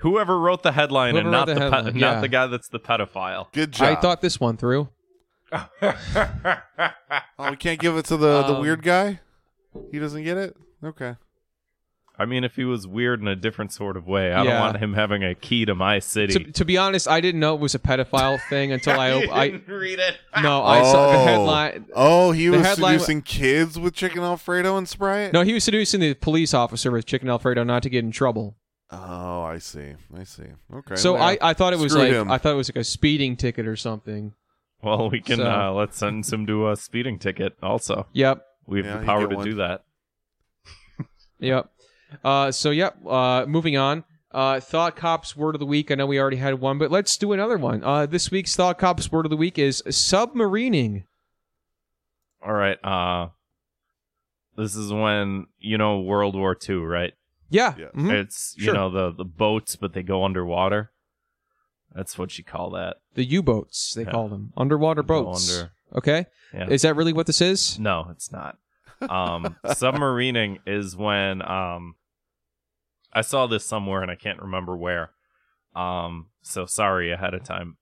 Speaker 7: Whoever wrote the headline
Speaker 6: Whoever
Speaker 7: and not
Speaker 6: wrote
Speaker 7: the,
Speaker 6: the
Speaker 7: pe-
Speaker 6: headline, yeah.
Speaker 7: not the guy that's the pedophile.
Speaker 8: Good job.
Speaker 6: I thought this one through.
Speaker 8: oh, we can't give it to the, the
Speaker 6: Um,
Speaker 8: weird guy? He doesn't get it? Okay.
Speaker 7: I mean, if he was weird in a different sort of way, I
Speaker 6: Yeah.
Speaker 7: don't want him having a key to my
Speaker 6: To,
Speaker 7: city.
Speaker 6: to be honest, I didn't know it was a pedophile thing until I
Speaker 7: <laughs>
Speaker 6: I
Speaker 7: read it.
Speaker 6: no I saw the
Speaker 8: Oh.
Speaker 6: headline.
Speaker 8: Oh, he
Speaker 6: The
Speaker 8: was
Speaker 6: headline-
Speaker 8: seducing kids with chicken Alfredo and Sprite?
Speaker 6: <laughs> No, he was seducing the police officer with chicken Alfredo not to get in trouble.
Speaker 8: Oh, I see. I see. Okay.
Speaker 6: So
Speaker 8: well,
Speaker 6: I, I thought it was
Speaker 8: Screwed
Speaker 6: like
Speaker 8: him.
Speaker 6: I thought it was like a speeding ticket or something.
Speaker 7: Well, we can
Speaker 6: So-
Speaker 7: uh, let's sentence him to a speeding ticket. Also,
Speaker 6: Yep.
Speaker 7: we have
Speaker 8: Yeah,
Speaker 7: the
Speaker 8: he'd
Speaker 7: power
Speaker 8: get
Speaker 7: to
Speaker 8: one.
Speaker 7: do that.
Speaker 6: Yep. Uh, so yep. Uh, moving on. Uh, thought cops word of the week. I know we already had one, but let's do another one. Uh, this week's thought cops word of the week is submarining.
Speaker 7: All right. Uh, this is when you know World War II, right?
Speaker 6: Yeah.
Speaker 8: Yeah.
Speaker 6: mhm.
Speaker 7: It's you
Speaker 6: Sure.
Speaker 7: know the the boats, but they go underwater. That's what you call that.
Speaker 6: The U-boats they
Speaker 7: Yeah.
Speaker 6: call them, underwater
Speaker 7: Go
Speaker 6: boats.
Speaker 7: under-
Speaker 6: Okay.
Speaker 7: Yeah.
Speaker 6: Is that really what this is?
Speaker 7: <laughs> No, it's not. Um, submarining is when um, I saw this somewhere and I can't remember where. Um, so sorry ahead of time.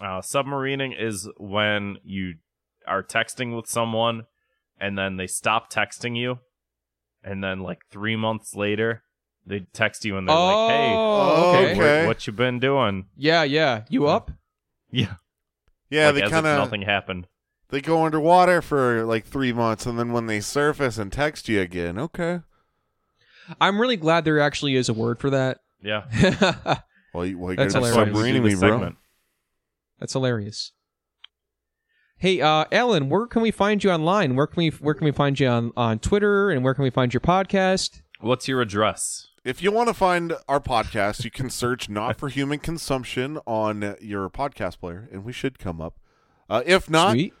Speaker 7: Uh, submarining is when you are texting with someone and then they stop texting you, and then like three months later they text you and they're
Speaker 6: oh.
Speaker 7: like, "Hey,
Speaker 8: okay.
Speaker 6: okay.
Speaker 7: what, what you been doing?" <laughs>
Speaker 6: Yeah. Yeah. You up?
Speaker 7: Yeah,
Speaker 8: yeah,
Speaker 7: like,
Speaker 8: they
Speaker 7: as if
Speaker 8: kind of
Speaker 7: nothing happened.
Speaker 8: they go underwater for like three months, and then when they surface and text you again, okay.
Speaker 6: I'm really glad there actually is a word for that. <laughs>
Speaker 7: Yeah,
Speaker 8: Well, you, well, you
Speaker 6: That's
Speaker 8: guys are
Speaker 7: That's why
Speaker 6: hilarious.
Speaker 7: we do
Speaker 8: submarining me,
Speaker 7: this
Speaker 8: bro.
Speaker 7: segment.
Speaker 6: That's hilarious. Hey, uh, Ellen, where can we find you online? Where can we where can we find you on, on Twitter and where can we find your podcast?
Speaker 7: What's your address?
Speaker 8: If you want to find our podcast, you can search "Not for Human Consumption" on your podcast player, and we should come up. Uh, if not, <laughs>
Speaker 6: Sweet.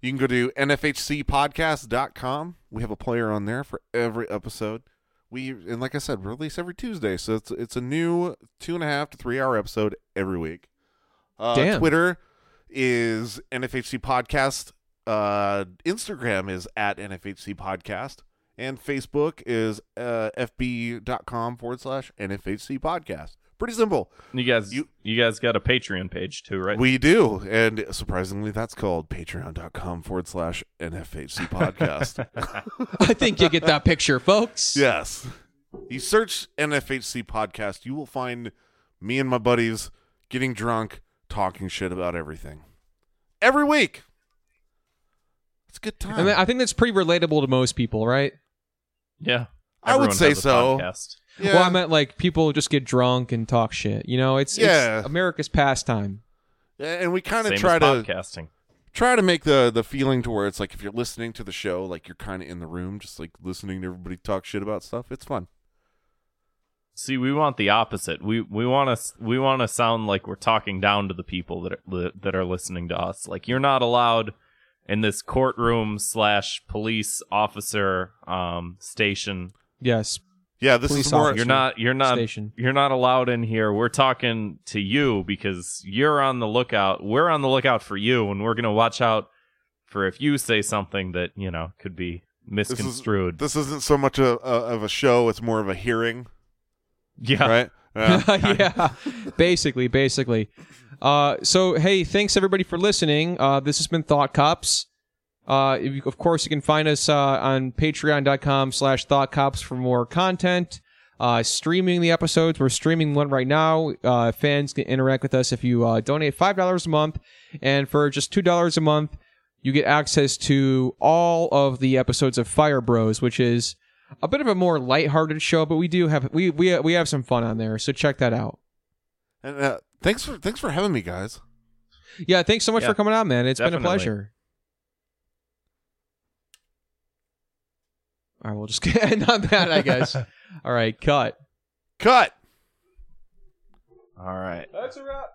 Speaker 8: you can go to nfhcpodcast.com. We have a player on there for every episode. We and like I said, release every Tuesday, so it's it's a new two and a half to three hour episode every week. Uh,
Speaker 6: Damn.
Speaker 8: Twitter is NFHC Podcast. Uh, Instagram is at NFHC Podcast. And Facebook is uh, fb.com forward slash NFHC Podcast. Pretty simple.
Speaker 7: You guys,
Speaker 8: You-
Speaker 7: you, guys got a Patreon page too, right?
Speaker 8: We do. And surprisingly, that's called patreon.com forward slash NFHC Podcast.
Speaker 6: I think you get that picture, folks.
Speaker 8: yes. You search NFHC podcast, you will find me and my buddies getting drunk, talking shit about everything. Every week. It's a good time.
Speaker 6: And I think that's pretty relatable to most people, right?
Speaker 7: Yeah.
Speaker 8: I would
Speaker 7: Everyone
Speaker 8: say
Speaker 7: has a
Speaker 8: so.
Speaker 7: podcast.
Speaker 8: yeah.
Speaker 6: Well, I meant like people just get drunk and talk shit. You know, it's,
Speaker 8: Yeah.
Speaker 6: it's America's pastime.
Speaker 8: and we kind
Speaker 7: Same
Speaker 8: of
Speaker 7: as
Speaker 8: try to
Speaker 7: podcasting.
Speaker 8: try to make the the feeling to where it's like if you're listening to the show, like you're kind of in the room, just like listening to everybody talk shit about stuff. It's fun.
Speaker 7: See, we want the opposite. We we want to we want to sound like we're talking down to the people that are, that are listening to us. Like you're not allowed in this courtroom slash police officer um, station.
Speaker 6: Yes.
Speaker 8: Yeah, this
Speaker 6: Police
Speaker 8: is more.
Speaker 6: officer.
Speaker 7: You're not you're not
Speaker 6: Station.
Speaker 7: you're not allowed in here. We're talking to you because you're on the lookout. We're on the lookout for you, and we're gonna watch out for if you say something that you know could be
Speaker 8: This, is,
Speaker 7: misconstrued.
Speaker 8: this isn't so much a, a, of a show; it's more of a
Speaker 7: <laughs>
Speaker 8: hearing,
Speaker 7: yeah.
Speaker 8: right? <laughs> Yeah.
Speaker 6: <laughs> yeah. Basically, basically. Uh, so hey, thanks everybody for listening. Uh, this has been Thought Cops. Uh, you- of course, you can find us uh, on patreon.com slash thought cops for more content. Uh, streaming the episodes. We're streaming one right now. Uh, fans can interact with us if you uh, donate $5 a month. And for just $2 a month, you get access to all of the episodes of Fire Bros, which is a bit of a more lighthearted show, but we do have we we we have some fun on there. So check that out.
Speaker 8: And uh, thanks for thanks for having me, guys.
Speaker 6: Yeah, thanks so much
Speaker 7: Yeah,
Speaker 6: for coming on, man. It's been a
Speaker 7: definitely.
Speaker 6: pleasure. All right, we'll just <laughs> end on that, I
Speaker 7: <laughs>
Speaker 6: guess. All right, cut.
Speaker 8: Cut.
Speaker 7: All right.
Speaker 6: That's a wrap.